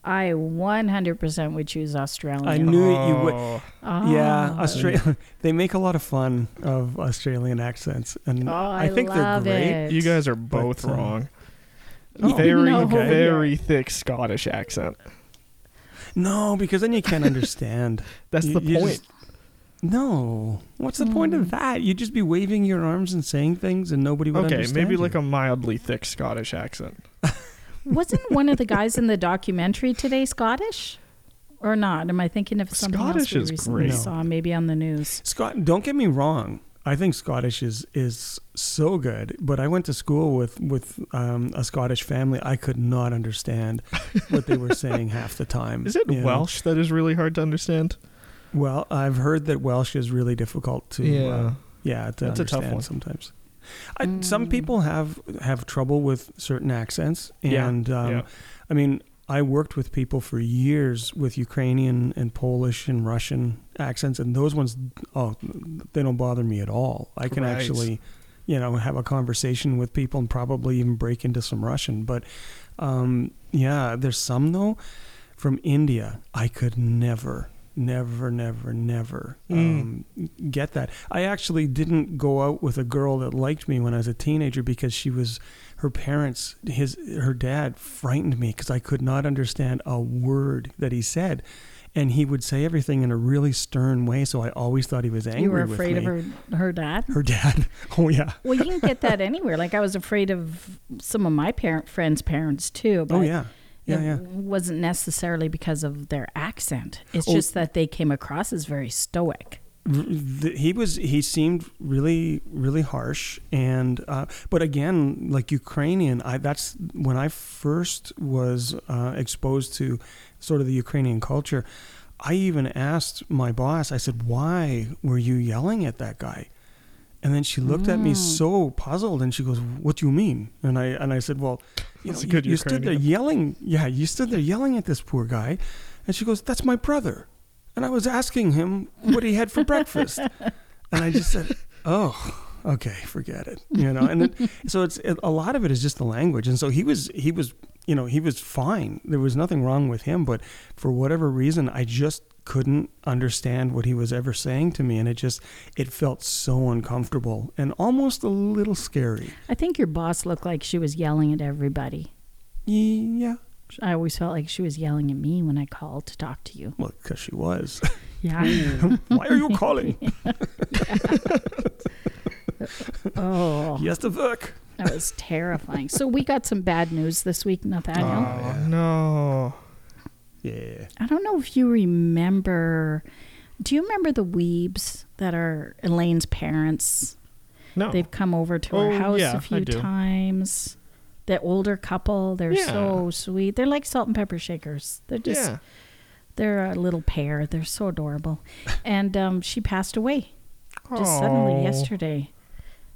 [SPEAKER 1] I 100% would choose Australian.
[SPEAKER 2] I knew you would.
[SPEAKER 3] Oh,
[SPEAKER 2] Yeah,
[SPEAKER 1] Oh.
[SPEAKER 2] Australia. They make a lot of fun of Australian accents, and
[SPEAKER 1] Oh,
[SPEAKER 2] I,
[SPEAKER 1] I
[SPEAKER 2] think
[SPEAKER 1] love
[SPEAKER 2] they're great.
[SPEAKER 1] it.
[SPEAKER 3] Oh, You guys are both
[SPEAKER 2] But, uh,
[SPEAKER 3] wrong.
[SPEAKER 2] Oh,
[SPEAKER 3] very
[SPEAKER 1] No.
[SPEAKER 3] very thick Scottish accent.
[SPEAKER 2] No, because then you can't understand.
[SPEAKER 3] That's
[SPEAKER 2] You-
[SPEAKER 3] the
[SPEAKER 2] you
[SPEAKER 3] point.
[SPEAKER 2] just- no, what's the point
[SPEAKER 1] Hmm.
[SPEAKER 2] of that? You'd just be waving your arms and saying things, and nobody would
[SPEAKER 3] okay,
[SPEAKER 2] understand.
[SPEAKER 3] maybe
[SPEAKER 2] you.
[SPEAKER 3] like a mildly thick Scottish accent.
[SPEAKER 1] Wasn't one of the guys in the documentary today Scottish? Or not? Am I thinking of something else
[SPEAKER 3] Scottish
[SPEAKER 1] we
[SPEAKER 3] is
[SPEAKER 1] recently
[SPEAKER 2] great.
[SPEAKER 1] saw, maybe on the news?
[SPEAKER 2] Scott. Don't get me wrong. I think Scottish is is so good, but I went to school with with um, a Scottish family. I could not understand what they were saying half the time.
[SPEAKER 3] Is it
[SPEAKER 2] you know?
[SPEAKER 3] Welsh that is really hard to understand?
[SPEAKER 2] Well, I've heard that Welsh is really difficult to uh, yeah to
[SPEAKER 3] That's a tough
[SPEAKER 2] understand
[SPEAKER 3] one.
[SPEAKER 2] sometimes. I, Some
[SPEAKER 1] Mm.
[SPEAKER 2] people have have trouble with certain accents,
[SPEAKER 3] Yeah,
[SPEAKER 2] and um,
[SPEAKER 3] yeah.
[SPEAKER 2] I mean, I worked with people for years with Ukrainian and Polish and Russian accents, and those ones, oh, they don't bother me at all. I can
[SPEAKER 3] Right.
[SPEAKER 2] actually, you know, have a conversation with people and probably even break into some Russian. But um, yeah, there's some though from India. I could never, never, never, never
[SPEAKER 1] Hmm.
[SPEAKER 2] um, get that. I actually didn't go out with a girl that liked me when I was a teenager because she was her parents his her dad frightened me because I could not understand a word that he said. And he would say everything in a really stern way, so I always thought he was angry.
[SPEAKER 1] you were
[SPEAKER 2] with
[SPEAKER 1] afraid of
[SPEAKER 2] me.
[SPEAKER 1] her her dad.
[SPEAKER 2] Her dad. Oh yeah.
[SPEAKER 1] Well, you can get that anywhere. Like I was afraid of some of my parent friends' parents too. But
[SPEAKER 2] Oh yeah. Yeah,
[SPEAKER 1] it
[SPEAKER 2] yeah.
[SPEAKER 1] wasn't necessarily because of their accent. It's
[SPEAKER 2] Oh.
[SPEAKER 1] just that they came across as very stoic.
[SPEAKER 2] r- th- he was he seemed really really harsh and uh, but again like Ukrainian I that's when I first was uh, exposed to sort of the Ukrainian culture I even asked my boss I said why were you yelling at that guy and then she looked at
[SPEAKER 3] Mm.
[SPEAKER 2] me so puzzled and she goes what do you mean and I and I said well you, know,
[SPEAKER 3] That's a
[SPEAKER 2] you,
[SPEAKER 3] good
[SPEAKER 2] you stood there
[SPEAKER 3] Ukrainian.
[SPEAKER 2] yelling yeah you stood there yelling at this poor guy and she goes that's my brother and I was asking him what he had for breakfast. And I just said, "Oh, okay, forget it." You know, and it, so it's it, a lot of it is just the language. And so he was he was, you know, he was fine. There was nothing wrong with him, but for whatever reason, I just couldn't understand what he was ever saying to me and it just it felt so uncomfortable and almost a little scary.
[SPEAKER 1] I think your boss looked like she was yelling at everybody.
[SPEAKER 2] Yeah.
[SPEAKER 1] I always felt like she was yelling at me when I called to talk to you.
[SPEAKER 2] Well, cuz she was.
[SPEAKER 1] Yeah.
[SPEAKER 2] Why are you calling?
[SPEAKER 1] oh,
[SPEAKER 2] Yes, the work.
[SPEAKER 1] that was terrifying. So we got some bad news this week, Nathaniel.
[SPEAKER 3] Oh, no.
[SPEAKER 2] Yeah.
[SPEAKER 1] I don't know if you remember. Do you remember the Weebs that are Elaine's parents?
[SPEAKER 3] No.
[SPEAKER 1] They've come over to
[SPEAKER 3] Oh,
[SPEAKER 1] our house
[SPEAKER 3] yeah, I
[SPEAKER 1] a few
[SPEAKER 3] do.
[SPEAKER 1] times. The older couple, they're
[SPEAKER 3] Yeah.
[SPEAKER 1] so sweet. They're like salt and pepper shakers. They're just
[SPEAKER 3] yeah.
[SPEAKER 1] they're a little pair. They're so adorable. and um, she passed away just suddenly
[SPEAKER 3] Oh,
[SPEAKER 1] yesterday.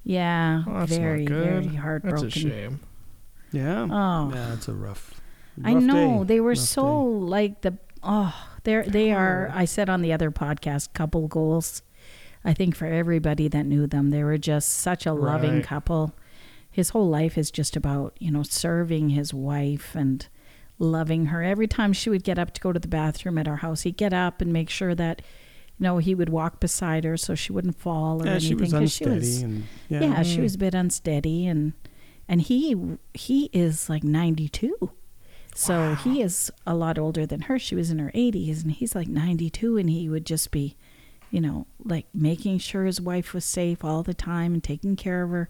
[SPEAKER 1] Yeah,
[SPEAKER 3] Oh, that's not
[SPEAKER 1] very
[SPEAKER 3] good.
[SPEAKER 1] very
[SPEAKER 3] That's
[SPEAKER 1] heartbroken.
[SPEAKER 3] a shame.
[SPEAKER 2] Yeah.
[SPEAKER 1] Oh,
[SPEAKER 2] Yeah, it's a rough.
[SPEAKER 1] I
[SPEAKER 2] rough
[SPEAKER 1] know
[SPEAKER 2] day.
[SPEAKER 1] they were
[SPEAKER 2] Rough
[SPEAKER 1] so like the oh they're they are I said on the other podcast couple goals. I think for everybody that knew them, they were just such a loving
[SPEAKER 3] Right.
[SPEAKER 1] couple. His whole life is just about you know serving his wife and loving her. Every time she would get up to go to the bathroom at our house, he'd get up and make sure that you know he would walk beside her so she wouldn't fall or
[SPEAKER 2] Yeah,
[SPEAKER 1] anything
[SPEAKER 2] she was
[SPEAKER 1] 'cause
[SPEAKER 2] unsteady, and yeah,
[SPEAKER 1] yeah, she was a bit unsteady and and he he is like 92 so he is a lot older than her she was in her 80s and he's like 92 and he would just be you know like making sure his wife was safe all the time and taking care of her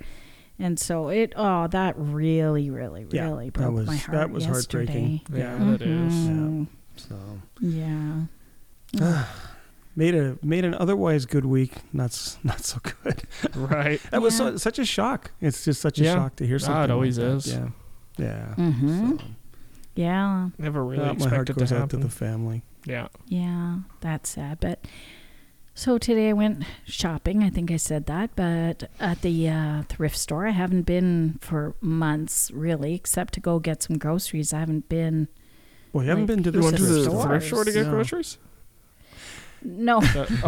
[SPEAKER 1] and so it oh that really really
[SPEAKER 2] Yeah,
[SPEAKER 1] really
[SPEAKER 2] that
[SPEAKER 1] broke
[SPEAKER 2] was-
[SPEAKER 1] my
[SPEAKER 2] that
[SPEAKER 1] heart
[SPEAKER 2] was
[SPEAKER 1] yesterday.
[SPEAKER 2] heartbreaking. Mm. Yeah.
[SPEAKER 3] Yeah, that is.
[SPEAKER 1] Mhm.
[SPEAKER 2] so
[SPEAKER 1] yeah
[SPEAKER 2] made a made an otherwise good week. Not s- not so good.
[SPEAKER 3] Right.
[SPEAKER 2] That was
[SPEAKER 1] Yeah.
[SPEAKER 2] so, such a shock. It's just such a
[SPEAKER 3] Yeah.
[SPEAKER 2] shock to hear
[SPEAKER 3] Ah, it
[SPEAKER 2] something. like
[SPEAKER 3] always
[SPEAKER 2] that.
[SPEAKER 3] is.
[SPEAKER 2] Yeah, yeah.
[SPEAKER 1] Mhm.
[SPEAKER 2] So,
[SPEAKER 1] yeah
[SPEAKER 3] Never really
[SPEAKER 2] yeah, my heart
[SPEAKER 3] expected
[SPEAKER 2] goes
[SPEAKER 3] to
[SPEAKER 2] out to
[SPEAKER 3] happen.
[SPEAKER 2] the family.
[SPEAKER 3] yeah.
[SPEAKER 1] Yeah, that's sad. But so today I went shopping. I think I said that, but at the uh, thrift store, I haven't been for months really, except to go get some groceries. I haven't been.
[SPEAKER 2] Well, you haven't
[SPEAKER 1] Like,
[SPEAKER 2] been to
[SPEAKER 1] You
[SPEAKER 2] the
[SPEAKER 3] You went to
[SPEAKER 1] thrift
[SPEAKER 3] the
[SPEAKER 1] stores.
[SPEAKER 3] thrift store to get
[SPEAKER 2] Yeah.
[SPEAKER 3] groceries?
[SPEAKER 1] No,
[SPEAKER 3] That-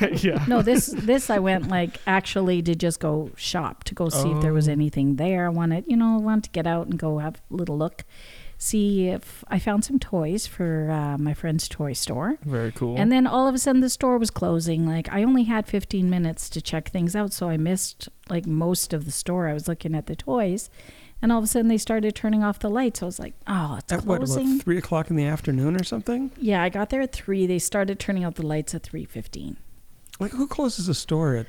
[SPEAKER 3] okay. yeah.
[SPEAKER 1] no. This this I went like actually to just go shop to go see if there was
[SPEAKER 3] Oh.
[SPEAKER 1] anything there. I wanted you know I wanted to get out and go have a little look, see if I found some toys for uh, my friend's toy store.
[SPEAKER 3] Very cool.
[SPEAKER 1] And then all of a sudden the store was closing. Like I only had 15 minutes to check things out, so I missed like most of the store. I was looking at the toys, and all of a sudden they started turning off the lights. I was like, "Oh, it's
[SPEAKER 2] At what
[SPEAKER 1] closing."
[SPEAKER 2] about three o'clock in the afternoon or something?
[SPEAKER 1] yeah, I got there at 3. They started turning out the lights at 3:15.
[SPEAKER 2] Like who closes a store at?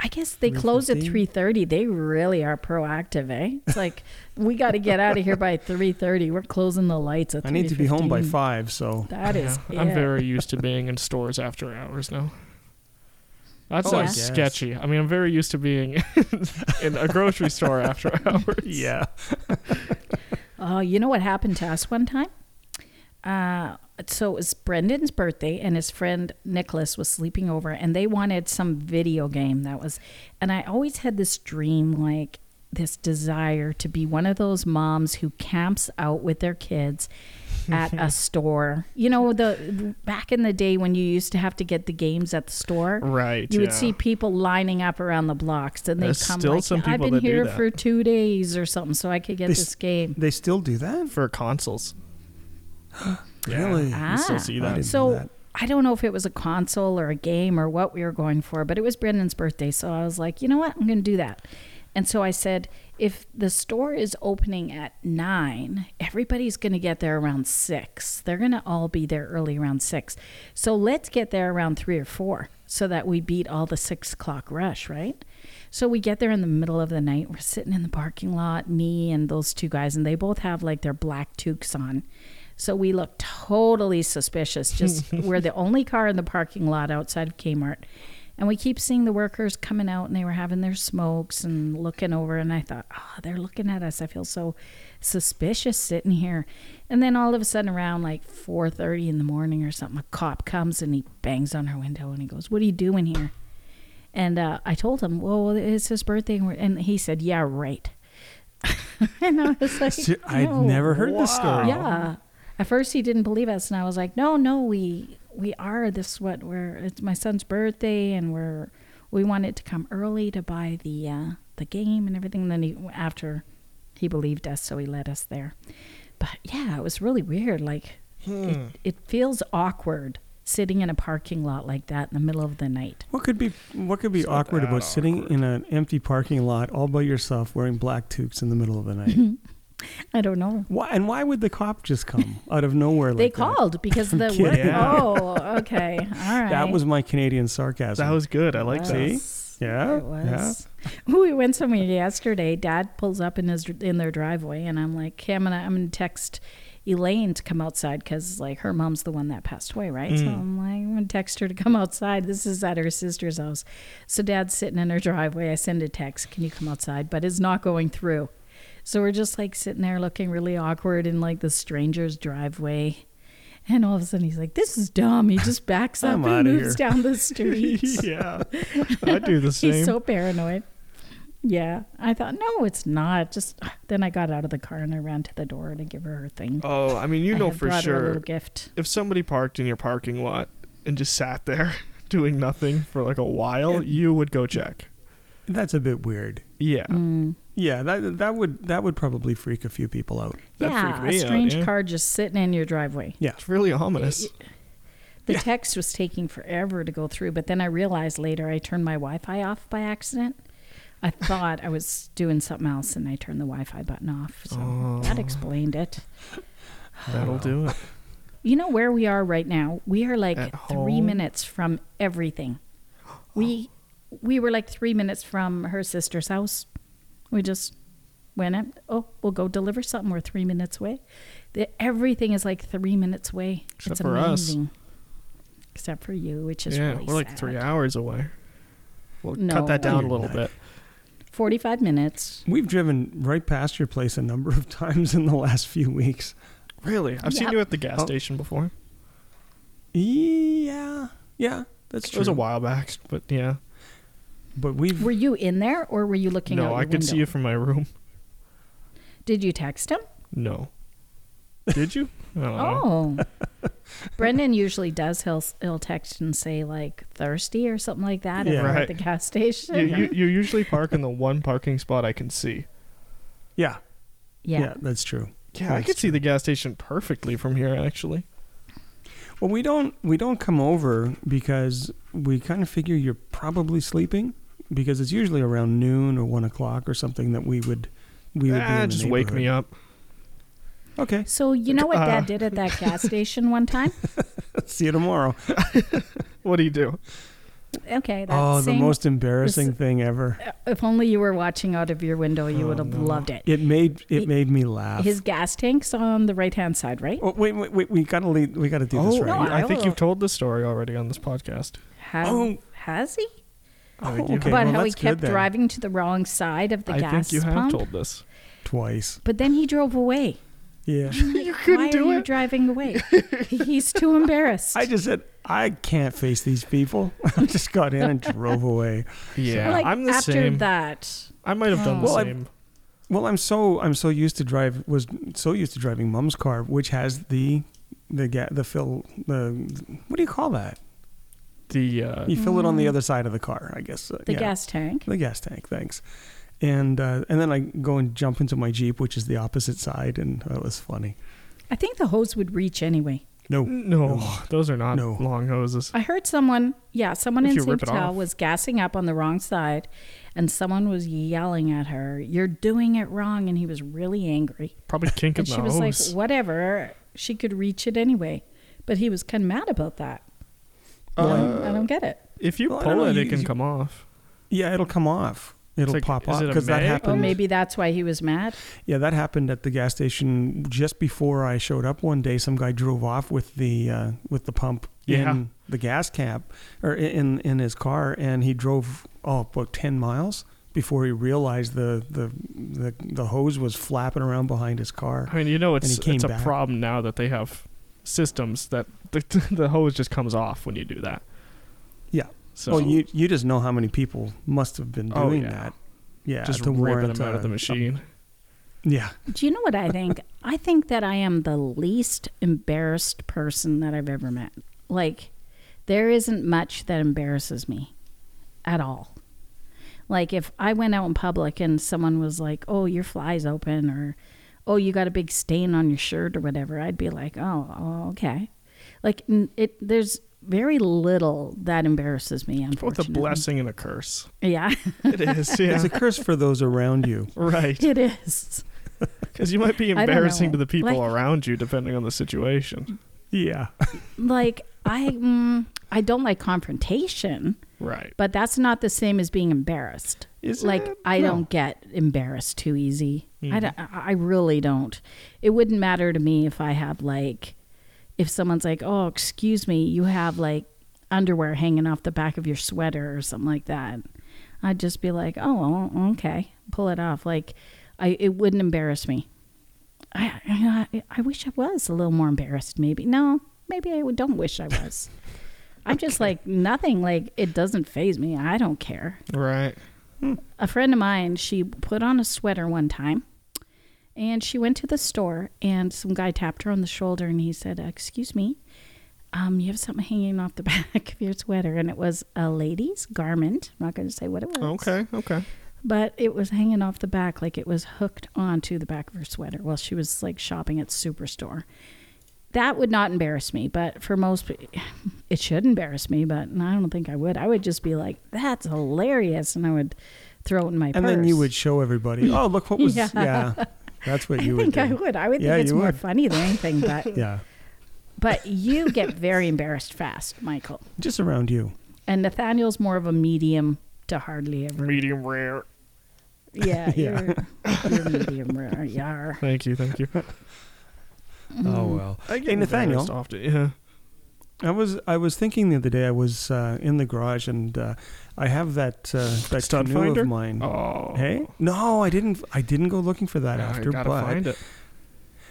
[SPEAKER 1] I guess they close at
[SPEAKER 2] 3:15?
[SPEAKER 1] 3:30. They really are proactive, eh? It's like we got to get out of here by 3:30. We're closing the lights at
[SPEAKER 2] I need to be home by
[SPEAKER 1] 3:15.
[SPEAKER 2] five. So
[SPEAKER 1] That is
[SPEAKER 3] Yeah, I'm
[SPEAKER 1] it.
[SPEAKER 3] very used to being in stores after hours now. That
[SPEAKER 2] Oh, I
[SPEAKER 3] sounds
[SPEAKER 2] guess.
[SPEAKER 3] sketchy. I mean, I'm very used to being in a grocery store after hours.
[SPEAKER 2] Yeah.
[SPEAKER 1] Oh, you know what happened to us one time? Uh, so it was Brendan's birthday, and his friend Nicholas was sleeping over, and they wanted some video game that was. And I always had this dream, like this desire to be one of those moms who camps out with their kids at a store. You know, the back in the day when you used to have to get the games at the store.
[SPEAKER 3] Right.
[SPEAKER 1] You would
[SPEAKER 3] yeah.
[SPEAKER 1] see people lining up around the blocks, and they
[SPEAKER 3] There's
[SPEAKER 1] come
[SPEAKER 3] still
[SPEAKER 1] like,
[SPEAKER 3] some
[SPEAKER 1] "I've
[SPEAKER 3] people
[SPEAKER 1] been
[SPEAKER 3] that do
[SPEAKER 1] here
[SPEAKER 3] that.
[SPEAKER 1] for two days or something, so I could get
[SPEAKER 2] They s-
[SPEAKER 1] this game."
[SPEAKER 2] They still do that?
[SPEAKER 3] for consoles.
[SPEAKER 2] Really?
[SPEAKER 3] Yeah, you Mm-hmm. still
[SPEAKER 1] Ah.
[SPEAKER 3] see
[SPEAKER 2] I
[SPEAKER 3] that.
[SPEAKER 2] didn't
[SPEAKER 1] So
[SPEAKER 2] know that.
[SPEAKER 1] I don't know if it was a console or a game or what we were going for, but it was Brendan's birthday. So I was like, you know what? I'm going to do that. And so I said, if the store is opening at nine, everybody's going to get there around six. They're going to all be there early around six. So let's get there around three or four so that we beat all the six o'clock rush, right? So we get there in the middle of the night. We're sitting in the parking lot, me and those two guys, and they both have like their black toques on. So we look totally suspicious. Just we're the only car in the parking lot outside of Kmart. And we keep seeing the workers coming out and they were having their smokes and looking over. And I thought, oh, they're looking at us. I feel so suspicious sitting here. And then all of a sudden around like 4.30 in the morning or something, a cop comes and he bangs on our window and he goes, what are you doing here? And uh, I told him, well, it's his birthday. And, we're, and he said, yeah, right. and I was like,
[SPEAKER 2] See, I'd
[SPEAKER 1] "No."
[SPEAKER 2] never heard this story.
[SPEAKER 1] Yeah. Uh, At first, he didn't believe us, and I was like, "No, no, we we are. This is what we're. It's my son's birthday, and we're we wanted to come early to buy the uh, the game and everything." And then he after he believed us, so he led us there. But yeah, it was really weird. Like
[SPEAKER 3] Hmm.
[SPEAKER 1] it, it feels awkward sitting in a parking lot like that in the middle of the night.
[SPEAKER 2] What could be what could be
[SPEAKER 3] It's not
[SPEAKER 2] awkward
[SPEAKER 3] that
[SPEAKER 2] about sitting
[SPEAKER 3] awkward.
[SPEAKER 2] in an empty parking lot all by yourself wearing black toques in the middle of the night?
[SPEAKER 1] I don't know.
[SPEAKER 2] why, and why would the cop just come out of nowhere like
[SPEAKER 1] They
[SPEAKER 2] that?
[SPEAKER 1] called because the
[SPEAKER 2] kidding.
[SPEAKER 1] work-
[SPEAKER 3] Yeah.
[SPEAKER 1] oh okay all right
[SPEAKER 2] That was my Canadian sarcasm.
[SPEAKER 3] That was good. I like that.
[SPEAKER 2] See? Yeah,
[SPEAKER 1] It was. We went somewhere yesterday. Dad pulls up in his in their driveway, and I'm like, "Okay, I'm gonna I'm gonna text Elaine to come outside because like her mom's the one that passed away, right? So
[SPEAKER 3] Mm.
[SPEAKER 1] I'm like, I'm gonna text her to come outside. This is at her sister's house. So Dad's sitting in her driveway. I send a text, "Can you come outside?" But it's not going through. So we're just like sitting there looking really awkward in like the stranger's driveway. And all of a sudden he's like, This is dumb. He just backs up
[SPEAKER 2] I'm
[SPEAKER 1] and
[SPEAKER 2] outta
[SPEAKER 1] moves
[SPEAKER 2] here.
[SPEAKER 1] down the street.
[SPEAKER 3] yeah. I do the same.
[SPEAKER 1] He's so paranoid. Yeah. I thought, no, it's not. Just then I got out of the car and I ran to the door to give her her thing.
[SPEAKER 3] oh, I mean, you
[SPEAKER 1] I
[SPEAKER 3] know
[SPEAKER 1] had
[SPEAKER 3] for
[SPEAKER 1] brought her a
[SPEAKER 3] sure
[SPEAKER 1] little gift.
[SPEAKER 3] if somebody parked in your parking lot and just sat there doing nothing for like a while, you would go check.
[SPEAKER 2] That's a bit weird.
[SPEAKER 3] Yeah.
[SPEAKER 1] Mm.
[SPEAKER 2] Yeah, that that would that would probably freak a few people out.
[SPEAKER 3] That freaked
[SPEAKER 1] Yeah,
[SPEAKER 3] me
[SPEAKER 1] a
[SPEAKER 3] out,
[SPEAKER 1] strange
[SPEAKER 3] yeah.
[SPEAKER 1] car just sitting in your driveway.
[SPEAKER 2] Yeah.
[SPEAKER 3] It's really ominous.
[SPEAKER 1] The text was taking forever to go through, but then I realized later I turned my Wi-Fi off by accident. I thought I was doing something else and I turned the Wi-Fi button off. So
[SPEAKER 3] Oh.
[SPEAKER 1] that explained it.
[SPEAKER 3] That'll do it.
[SPEAKER 1] You know where we are right now? We are like
[SPEAKER 3] At
[SPEAKER 1] three
[SPEAKER 3] home?
[SPEAKER 1] minutes from everything. We we were like three minutes from her sister's house. We just went up. Oh, we'll go deliver something. We're three minutes away. The, everything is like three minutes away.
[SPEAKER 3] Except
[SPEAKER 1] it's
[SPEAKER 3] for us.
[SPEAKER 1] amazing. Except for you, which is
[SPEAKER 3] yeah,
[SPEAKER 1] really
[SPEAKER 3] we're like three hours away. We'll
[SPEAKER 1] No.
[SPEAKER 3] cut that down a
[SPEAKER 2] You're
[SPEAKER 3] little
[SPEAKER 2] not.
[SPEAKER 3] bit.
[SPEAKER 1] Forty-five minutes.
[SPEAKER 2] We've driven right past your place a number of times in the last few weeks.
[SPEAKER 3] Really? I've seen
[SPEAKER 1] Yep.
[SPEAKER 3] you at the gas
[SPEAKER 2] Oh.
[SPEAKER 3] station before.
[SPEAKER 2] Yeah. Yeah, that's
[SPEAKER 3] It
[SPEAKER 2] true.
[SPEAKER 3] was a while back, but yeah.
[SPEAKER 2] But we've
[SPEAKER 1] Were you in there or were you looking out
[SPEAKER 3] no,
[SPEAKER 1] your
[SPEAKER 3] I could see you
[SPEAKER 1] window?
[SPEAKER 3] from my room.
[SPEAKER 1] Did you text him?
[SPEAKER 3] No. Did you? I don't know.
[SPEAKER 1] Oh. Brendan usually does. He'll, he'll text and say, like, thirsty or something like that if
[SPEAKER 2] Yeah.
[SPEAKER 1] we're
[SPEAKER 3] Right.
[SPEAKER 1] at the gas
[SPEAKER 3] You,
[SPEAKER 1] station.
[SPEAKER 3] you, you usually park in the one parking spot I can see.
[SPEAKER 2] yeah,
[SPEAKER 1] yeah.
[SPEAKER 2] yeah, that's true.
[SPEAKER 3] Yeah, I
[SPEAKER 2] That's
[SPEAKER 3] could see the gas station perfectly from here, actually.
[SPEAKER 2] Well, we don't we don't come over because we kind of figure you're probably sleeping because it's usually around noon or one o'clock or something that we would we would be
[SPEAKER 3] Ah,
[SPEAKER 2] in the
[SPEAKER 3] just wake me up.
[SPEAKER 2] neighborhood. Okay,
[SPEAKER 1] So, you know what
[SPEAKER 3] Uh.
[SPEAKER 1] Dad did at that gas station one time?
[SPEAKER 2] see you tomorrow.
[SPEAKER 3] What do you do?
[SPEAKER 1] Okay. That
[SPEAKER 2] Oh,
[SPEAKER 1] same, Uh,
[SPEAKER 2] the most embarrassing thing ever.
[SPEAKER 1] If only you were watching out of your window, you
[SPEAKER 3] Oh,
[SPEAKER 1] would have
[SPEAKER 3] no.
[SPEAKER 1] loved it.
[SPEAKER 2] It made it
[SPEAKER 1] He-
[SPEAKER 2] made me laugh.
[SPEAKER 1] His gas tank's on the right hand side, right?
[SPEAKER 2] Oh, wait, wait, wait, we gotta lead, we gotta do this
[SPEAKER 1] no,
[SPEAKER 2] right.
[SPEAKER 1] I
[SPEAKER 3] Oh, I, think
[SPEAKER 1] will-
[SPEAKER 3] you've told this story already on this podcast.
[SPEAKER 1] Have,
[SPEAKER 2] Oh.
[SPEAKER 1] Has he?
[SPEAKER 3] I think
[SPEAKER 2] Oh,
[SPEAKER 3] you-
[SPEAKER 2] okay.
[SPEAKER 1] about
[SPEAKER 2] well,
[SPEAKER 1] how he
[SPEAKER 2] that's good
[SPEAKER 1] kept
[SPEAKER 2] then.
[SPEAKER 1] driving to the wrong side of the
[SPEAKER 3] I
[SPEAKER 1] gas
[SPEAKER 3] think you have
[SPEAKER 1] pump.
[SPEAKER 3] told this.
[SPEAKER 2] twice.
[SPEAKER 1] But then he drove away.
[SPEAKER 2] Yeah.
[SPEAKER 3] you couldn't
[SPEAKER 1] Why
[SPEAKER 3] do
[SPEAKER 1] are you
[SPEAKER 3] it.
[SPEAKER 1] driving away? He's too embarrassed.
[SPEAKER 2] I just said I can't face these people. I just got in and drove away.
[SPEAKER 3] yeah,
[SPEAKER 1] like,
[SPEAKER 3] I'm the
[SPEAKER 1] after
[SPEAKER 3] same.
[SPEAKER 1] that. Oh.
[SPEAKER 3] I might have done the
[SPEAKER 2] Well, I've-
[SPEAKER 3] same.
[SPEAKER 2] Well, I'm so I'm so used to drive was so used to driving mom's car, which has the the ga- the fill the what do you call that?
[SPEAKER 3] The uh,
[SPEAKER 2] You fill it on the other side of the car, I guess.
[SPEAKER 1] Mm.
[SPEAKER 2] uh,
[SPEAKER 1] The
[SPEAKER 2] yeah.
[SPEAKER 1] gas tank.
[SPEAKER 2] the gas tank. Thanks. And uh, and then I go and jump into my jeep, which is the opposite side, and oh, that was funny.
[SPEAKER 1] I think the hose would reach anyway.
[SPEAKER 2] No,
[SPEAKER 3] no,
[SPEAKER 2] No.
[SPEAKER 3] those are not
[SPEAKER 2] No.
[SPEAKER 3] long hoses.
[SPEAKER 1] I heard someone, yeah, someone
[SPEAKER 3] If
[SPEAKER 1] in
[SPEAKER 3] you
[SPEAKER 1] St.
[SPEAKER 3] rip it
[SPEAKER 1] Paul
[SPEAKER 3] off.
[SPEAKER 1] was gassing up on the wrong side and someone was yelling at her, You're doing it wrong. And he was really angry.
[SPEAKER 3] Probably kink in
[SPEAKER 1] And
[SPEAKER 3] the
[SPEAKER 1] she was like,
[SPEAKER 3] hose.
[SPEAKER 1] Whatever. She could reach it anyway. But he was kind of mad about that. I, don't, I
[SPEAKER 3] uh,
[SPEAKER 1] don't get it.
[SPEAKER 3] if you
[SPEAKER 2] Well, I don't
[SPEAKER 3] pull
[SPEAKER 2] know,
[SPEAKER 3] it,
[SPEAKER 2] you-
[SPEAKER 3] it can
[SPEAKER 2] you-
[SPEAKER 3] come off.
[SPEAKER 2] yeah, it'll come off. It'll
[SPEAKER 3] like,
[SPEAKER 2] pop
[SPEAKER 3] is
[SPEAKER 2] off
[SPEAKER 3] it a
[SPEAKER 2] because that
[SPEAKER 3] mag?
[SPEAKER 1] Well,
[SPEAKER 3] Well,
[SPEAKER 2] happened.
[SPEAKER 1] maybe that's why he was mad.
[SPEAKER 2] Yeah, that happened at the gas station just before I showed up one day. Some guy drove off with the uh, with the pump
[SPEAKER 3] Yeah.
[SPEAKER 2] in the gas cap or i- in in his car, and he drove oh about ten miles before he realized the the the, the hose was flapping around behind his car.
[SPEAKER 3] I mean, you know,
[SPEAKER 2] he
[SPEAKER 3] it's
[SPEAKER 2] came
[SPEAKER 3] it's a
[SPEAKER 2] back.
[SPEAKER 3] problem now that they have systems that the, the hose just comes off when you do that.
[SPEAKER 2] Yeah.
[SPEAKER 3] So
[SPEAKER 2] well, you you just know how many people must have been doing
[SPEAKER 3] Oh, yeah.
[SPEAKER 2] that. Yeah,
[SPEAKER 3] just
[SPEAKER 2] to
[SPEAKER 3] ripping
[SPEAKER 2] warrant uh,
[SPEAKER 3] them out of
[SPEAKER 2] a-
[SPEAKER 3] the machine.
[SPEAKER 2] yeah,
[SPEAKER 1] Do you know what I think? I think that I am the least embarrassed person that I've ever met. Like, there isn't much that embarrasses me at all. Like, if I went out in public and someone was like, oh, your fly's open, or oh, you got a big stain on your shirt, or whatever, I'd be like, oh, oh okay. Like, n- it, there's very little that embarrasses me,
[SPEAKER 3] Both a
[SPEAKER 1] unfortunately.
[SPEAKER 3] blessing and a curse.
[SPEAKER 1] Yeah,
[SPEAKER 3] It is, yeah.
[SPEAKER 2] it's a curse for those around you.
[SPEAKER 3] right.
[SPEAKER 1] it is.
[SPEAKER 3] Because you might be
[SPEAKER 1] I don't
[SPEAKER 3] embarrassing to
[SPEAKER 1] know.
[SPEAKER 3] the people
[SPEAKER 1] Like-
[SPEAKER 3] around you, depending on the situation.
[SPEAKER 2] Yeah,
[SPEAKER 1] Like, I, mm, I don't like confrontation.
[SPEAKER 3] Right.
[SPEAKER 1] But that's not the same as being embarrassed.
[SPEAKER 3] Is
[SPEAKER 1] like
[SPEAKER 3] it?
[SPEAKER 1] I
[SPEAKER 3] No.
[SPEAKER 1] don't get embarrassed too easy. I
[SPEAKER 3] Mhm.
[SPEAKER 1] don't, I I really don't. It wouldn't matter to me if I have like if someone's like, "Oh, excuse me, you have like underwear hanging off the back of your sweater or something like that." I'd just be like, "Oh, well, okay. Pull it off." Like I it wouldn't embarrass me. I, I I wish I was a little more embarrassed maybe. No, maybe I don't wish I was. I'm just like nothing like it doesn't phase me. I don't care
[SPEAKER 3] Right.
[SPEAKER 1] a friend of mine, she put on a sweater one time and she went to the store and some guy tapped her on the shoulder and he said, Excuse me, um, you have something hanging off the back of your sweater. And it was a lady's garment. I'm not going to say what it was.
[SPEAKER 3] Okay. Okay.
[SPEAKER 1] But it was hanging off the back, like it was hooked onto the back of her sweater while she was like shopping at Superstore. That would not embarrass me, but for most, pe- it should embarrass me, but I don't think I would. I would just be like, "That's hilarious," and I would throw it in my purse.
[SPEAKER 2] and then you would show everybody. Oh, look what was
[SPEAKER 1] Yeah.
[SPEAKER 2] yeah. That's what
[SPEAKER 1] I
[SPEAKER 2] you
[SPEAKER 1] think
[SPEAKER 2] would
[SPEAKER 1] I
[SPEAKER 2] do.
[SPEAKER 1] would. I would
[SPEAKER 2] Yeah,
[SPEAKER 1] think it's
[SPEAKER 2] you
[SPEAKER 1] more
[SPEAKER 2] would.
[SPEAKER 1] funny than anything, but
[SPEAKER 2] Yeah,
[SPEAKER 1] but you get very embarrassed fast, Michael.
[SPEAKER 2] just around you.
[SPEAKER 1] And Nathaniel's more of a medium to hardly ever.
[SPEAKER 3] Medium rare.
[SPEAKER 1] Yeah,
[SPEAKER 2] Yeah.
[SPEAKER 1] You're, you're medium rare. Yar.
[SPEAKER 3] Thank you. Thank you.
[SPEAKER 2] Oh well.
[SPEAKER 3] Mm-hmm. I get
[SPEAKER 2] Hey, Nathaniel.
[SPEAKER 3] embarrassed Often. Yeah.
[SPEAKER 2] I was I was thinking the other day. I was uh, in the garage and uh, I have that uh, that
[SPEAKER 3] Stud
[SPEAKER 2] canoe
[SPEAKER 3] finder?
[SPEAKER 2] of mine.
[SPEAKER 3] Oh.
[SPEAKER 2] Hey, no, I didn't. I didn't go looking for that
[SPEAKER 3] Yeah,
[SPEAKER 2] after.
[SPEAKER 3] I gotta
[SPEAKER 2] but
[SPEAKER 3] find it.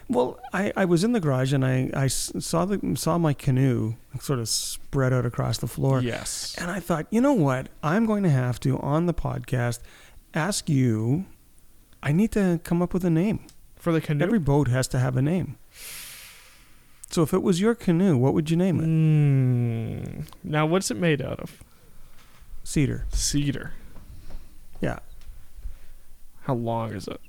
[SPEAKER 2] well, I, I was in the garage and I, I s- saw the saw my canoe sort of spread out across the floor.
[SPEAKER 3] yes.
[SPEAKER 2] And I thought, you know what? I'm going to have to on the podcast ask you. I need to come up with a name.
[SPEAKER 3] For the canoe.
[SPEAKER 2] Every boat has to have a name. So if it was your canoe, what would you name it?
[SPEAKER 3] Mm. Now, what's it made out of?
[SPEAKER 2] Cedar.
[SPEAKER 3] Cedar.
[SPEAKER 2] Yeah.
[SPEAKER 3] How long is it?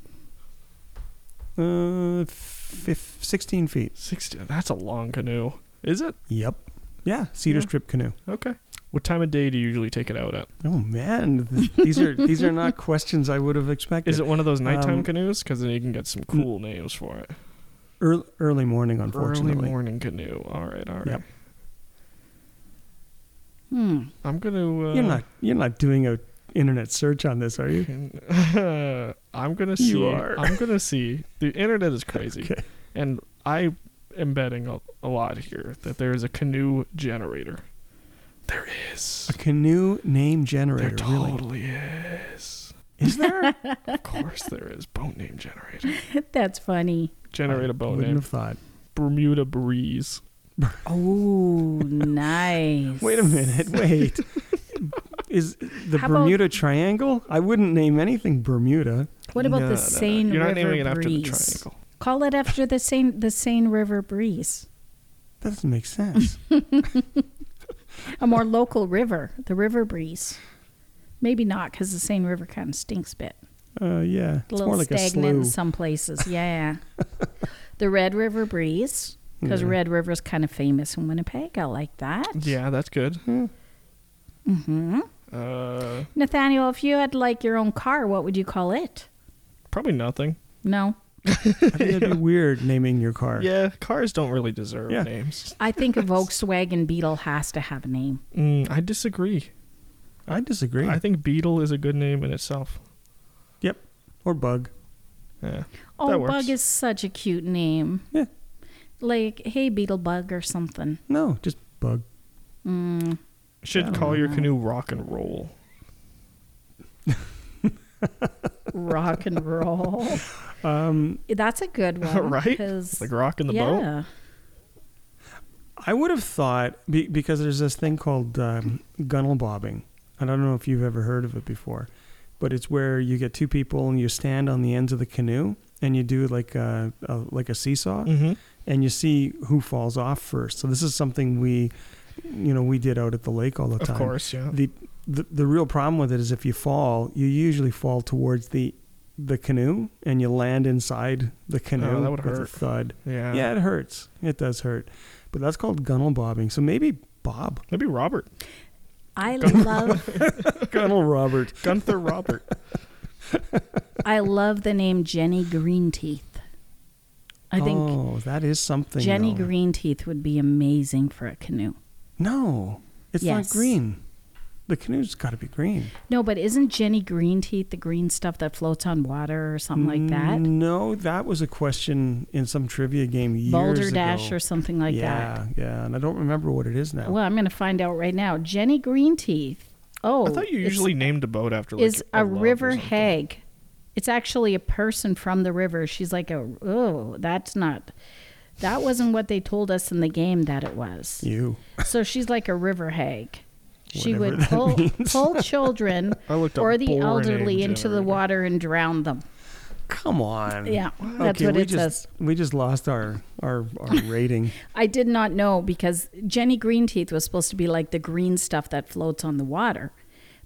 [SPEAKER 2] Uh, fif- 16 feet.
[SPEAKER 3] Sixty. That's a long canoe. Is it?
[SPEAKER 2] Yep. Yeah, cedar
[SPEAKER 3] Yeah.
[SPEAKER 2] strip canoe.
[SPEAKER 3] Okay. What time of day do you usually take it out at?
[SPEAKER 2] Oh man, th- these are these are not questions I would have expected.
[SPEAKER 3] Is it one of those nighttime
[SPEAKER 2] Um,
[SPEAKER 3] canoes? Because then you can get some cool names for it.
[SPEAKER 2] early, early morning?
[SPEAKER 3] Early
[SPEAKER 2] Unfortunately,
[SPEAKER 3] morning canoe. All right. All right.
[SPEAKER 2] Yep.
[SPEAKER 1] Hmm.
[SPEAKER 3] I'm gonna. Uh,
[SPEAKER 2] you're not you're not doing a internet search on this, are you?
[SPEAKER 3] Can- I'm gonna see.
[SPEAKER 2] You are.
[SPEAKER 3] I'm gonna see. The internet is crazy,
[SPEAKER 2] Okay.
[SPEAKER 3] and I am betting a, a lot here that there is a canoe generator There is.
[SPEAKER 2] A canoe name generator,
[SPEAKER 3] There
[SPEAKER 2] really?
[SPEAKER 3] totally is.
[SPEAKER 2] Is there?
[SPEAKER 3] Of course there is. Boat name generator.
[SPEAKER 1] That's funny.
[SPEAKER 3] Generate
[SPEAKER 2] I
[SPEAKER 3] a boat
[SPEAKER 2] Wouldn't
[SPEAKER 3] name.
[SPEAKER 2] have thought.
[SPEAKER 3] Bermuda Breeze.
[SPEAKER 1] Oh, nice.
[SPEAKER 2] Wait a minute. Wait. Is the
[SPEAKER 1] How about-
[SPEAKER 2] Bermuda Triangle? I wouldn't name anything Bermuda.
[SPEAKER 1] What about
[SPEAKER 3] No,
[SPEAKER 1] the
[SPEAKER 3] no, no.
[SPEAKER 1] Seine
[SPEAKER 3] You're not
[SPEAKER 1] River
[SPEAKER 3] naming it after the
[SPEAKER 1] breeze?
[SPEAKER 3] triangle.
[SPEAKER 1] Call it after the Seine the Seine River breeze,
[SPEAKER 2] That doesn't make sense.
[SPEAKER 1] a more local river, the river breeze. Maybe not, because the Seine River kind of stinks a bit.
[SPEAKER 2] uh, yeah,
[SPEAKER 1] A
[SPEAKER 2] it's
[SPEAKER 1] little
[SPEAKER 2] more like a
[SPEAKER 1] stagnant in
[SPEAKER 2] slough.
[SPEAKER 1] some places. Yeah. the Red River breeze, because
[SPEAKER 2] Yeah.
[SPEAKER 1] Red River is kind of famous in Winnipeg. I like that.
[SPEAKER 3] Yeah, that's good.
[SPEAKER 1] hmm
[SPEAKER 3] Uh,
[SPEAKER 1] Nathaniel, if you had like your own car, what would you call it?
[SPEAKER 3] probably nothing.
[SPEAKER 1] No,
[SPEAKER 2] I think that'd be weird naming your car.
[SPEAKER 3] Yeah, cars don't really deserve
[SPEAKER 2] Yeah.
[SPEAKER 3] names.
[SPEAKER 1] I think a Volkswagen Beetle has to have a name.
[SPEAKER 3] Mm, I disagree.
[SPEAKER 2] I disagree.
[SPEAKER 3] I think Beetle is a good name in itself.
[SPEAKER 2] or bug.
[SPEAKER 3] Yeah. That
[SPEAKER 1] Oh,
[SPEAKER 3] works.
[SPEAKER 1] Bug is such a cute name.
[SPEAKER 2] Yeah.
[SPEAKER 1] Like, hey, Beetle Bug or something.
[SPEAKER 2] No, just bug.
[SPEAKER 1] Mm.
[SPEAKER 3] Should
[SPEAKER 2] Yeah.
[SPEAKER 3] call your canoe rock and roll.
[SPEAKER 1] Rock and roll.
[SPEAKER 2] Um,
[SPEAKER 1] That's a good one.
[SPEAKER 3] Right?
[SPEAKER 1] 'cause-
[SPEAKER 3] Like rock in the boat.
[SPEAKER 1] yeah.
[SPEAKER 2] I would have thought be, because there's this thing called um, gunnel bobbing. I don't know if you've ever heard of it before, but it's where you get two people and you stand on the ends of the canoe and you do like a, a like a seesaw.
[SPEAKER 3] Mm-hmm.
[SPEAKER 2] and you see who falls off first. So this is something we, you know, we did out at the lake all the
[SPEAKER 3] Of
[SPEAKER 2] time.
[SPEAKER 3] course, yeah.
[SPEAKER 2] The, the the real problem with it is if you fall, you usually fall towards the the canoe and you land inside the canoe
[SPEAKER 3] Oh, that would
[SPEAKER 2] with a
[SPEAKER 3] hurt.
[SPEAKER 2] thud.
[SPEAKER 3] yeah.
[SPEAKER 2] Yeah, it hurts. It does hurt. But that's called gunnel bobbing. So maybe Bob
[SPEAKER 3] Maybe Robert.
[SPEAKER 1] I love
[SPEAKER 2] Gunnel Robert.
[SPEAKER 3] Gunther Robert.
[SPEAKER 1] I love the name Jenny Greenteeth. I think
[SPEAKER 2] oh, that is something.
[SPEAKER 1] Jenny
[SPEAKER 2] though.
[SPEAKER 1] Greenteeth would be amazing for a canoe.
[SPEAKER 2] No, it's
[SPEAKER 1] Yes.
[SPEAKER 2] not green. The canoe's got to be green.
[SPEAKER 1] No, but isn't Jenny Greenteeth the green stuff that floats on water or something like that?
[SPEAKER 2] Mm, No, that was a question in some trivia game years
[SPEAKER 1] Boulder
[SPEAKER 2] ago.
[SPEAKER 1] Dash or something like that.
[SPEAKER 2] yeah, yeah, and I don't remember what it is
[SPEAKER 3] Oh.
[SPEAKER 2] now.
[SPEAKER 1] Well, I'm going to find out right now. Jenny Greenteeth. Oh,
[SPEAKER 3] I thought you
[SPEAKER 1] it's-
[SPEAKER 3] usually named a boat after like
[SPEAKER 1] is a,
[SPEAKER 3] a, love or
[SPEAKER 1] river
[SPEAKER 3] something.
[SPEAKER 1] hag. It's actually a person from the river. She's like a oh, that's not. That wasn't what they told us in the game that it was.
[SPEAKER 2] you.
[SPEAKER 1] So she's like a river hag. She
[SPEAKER 2] Whatever
[SPEAKER 1] would
[SPEAKER 2] that
[SPEAKER 1] pull
[SPEAKER 2] means.
[SPEAKER 1] pull children
[SPEAKER 3] I looked up
[SPEAKER 1] or the
[SPEAKER 3] boar name
[SPEAKER 1] elderly into the
[SPEAKER 3] generator.
[SPEAKER 1] water and drown them.
[SPEAKER 2] Come on.
[SPEAKER 1] Yeah, that's
[SPEAKER 2] Okay,
[SPEAKER 1] what
[SPEAKER 2] we
[SPEAKER 1] it
[SPEAKER 2] just,
[SPEAKER 1] says.
[SPEAKER 2] We just lost our our, our rating.
[SPEAKER 1] I did not know because Jenny Greenteeth was supposed to be like the green stuff that floats on the water.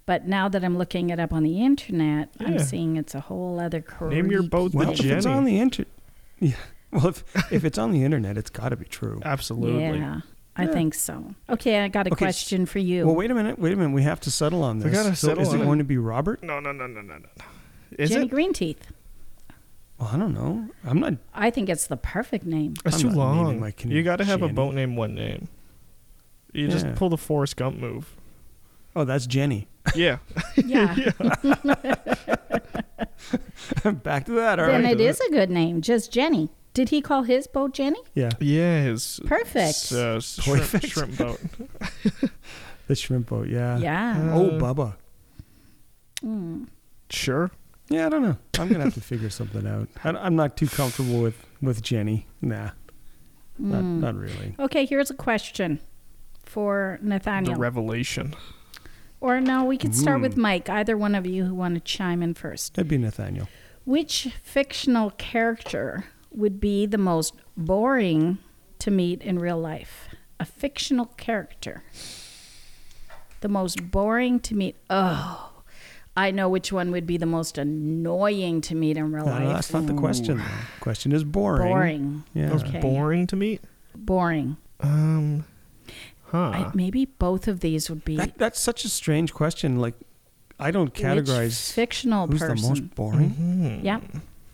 [SPEAKER 1] But now that I'm looking it up on the internet, I'm
[SPEAKER 3] Yeah.
[SPEAKER 1] seeing it's a whole other creepy
[SPEAKER 3] Name your boat
[SPEAKER 2] well,
[SPEAKER 3] the
[SPEAKER 2] if it's on
[SPEAKER 3] Jenny.
[SPEAKER 2] the inter, yeah. Well, if if it's on the internet, it's got to be true.
[SPEAKER 3] Uh, Absolutely.
[SPEAKER 1] Yeah, I
[SPEAKER 2] Yeah.
[SPEAKER 1] think so. Okay, I got a
[SPEAKER 2] Okay, s-
[SPEAKER 1] question for you.
[SPEAKER 2] Well, wait a minute. Wait a minute. We have to settle on this.
[SPEAKER 3] We gotta
[SPEAKER 2] so
[SPEAKER 3] settle
[SPEAKER 2] is
[SPEAKER 3] on
[SPEAKER 2] it
[SPEAKER 3] it.
[SPEAKER 2] going to be Robert?
[SPEAKER 3] No, no, no, no, no, no. no. Is
[SPEAKER 1] Jenny
[SPEAKER 3] it?
[SPEAKER 1] Greenteeth.
[SPEAKER 2] Well, I don't know. I'm not.
[SPEAKER 1] I think it's the perfect name.
[SPEAKER 3] That's
[SPEAKER 2] I'm
[SPEAKER 3] too
[SPEAKER 2] not naming
[SPEAKER 3] long.
[SPEAKER 2] my canoe
[SPEAKER 3] You got to have a
[SPEAKER 2] Jenny.
[SPEAKER 3] boat name, one name. You just
[SPEAKER 2] Yeah.
[SPEAKER 3] pull the Forrest Gump move.
[SPEAKER 2] Oh, that's Jenny.
[SPEAKER 3] Yeah.
[SPEAKER 1] Yeah.
[SPEAKER 2] Back to that. All right.
[SPEAKER 1] then it is a good name. Just Jenny. Did he call his boat Jenny?
[SPEAKER 2] Yeah,
[SPEAKER 3] Yeah. His
[SPEAKER 1] Perfect.
[SPEAKER 3] s- uh, shrimp,
[SPEAKER 2] Perfect.
[SPEAKER 3] shrimp boat.
[SPEAKER 2] the shrimp boat. Yeah.
[SPEAKER 1] yeah.
[SPEAKER 2] Oh,
[SPEAKER 3] Uh,
[SPEAKER 2] Bubba.
[SPEAKER 1] Mm.
[SPEAKER 3] Sure.
[SPEAKER 2] Yeah, I don't know. I'm gonna have to figure something out. I, I'm not too comfortable with with Jenny. Nah, not
[SPEAKER 1] Mm.
[SPEAKER 2] not really.
[SPEAKER 1] Okay, here's a question for
[SPEAKER 3] The
[SPEAKER 1] Nathaniel.
[SPEAKER 3] revelation.
[SPEAKER 1] or no, we could start with
[SPEAKER 2] Mm.
[SPEAKER 1] Mike. Either one of you who want to chime in first.
[SPEAKER 2] That'd be Nathaniel.
[SPEAKER 1] Which fictional character would be the most boring to meet in real life? A fictional character. The most boring to meet. Oh, I know which one would be the most annoying to meet in real
[SPEAKER 2] No, no,
[SPEAKER 1] life.
[SPEAKER 2] Uh,
[SPEAKER 1] Hmm,
[SPEAKER 2] that's not the question. Though. Question is boring.
[SPEAKER 1] Boring.
[SPEAKER 2] Yeah.
[SPEAKER 3] Most
[SPEAKER 1] Okay.
[SPEAKER 3] boring to meet.
[SPEAKER 1] Boring.
[SPEAKER 3] Um. Huh.
[SPEAKER 1] I, maybe both of these would be.
[SPEAKER 2] Uh. That, that's such a strange question. Like, I don't
[SPEAKER 1] which
[SPEAKER 2] categorize
[SPEAKER 1] fictional
[SPEAKER 2] who's
[SPEAKER 1] person.
[SPEAKER 2] the most boring.
[SPEAKER 3] Mhm.
[SPEAKER 1] Yep.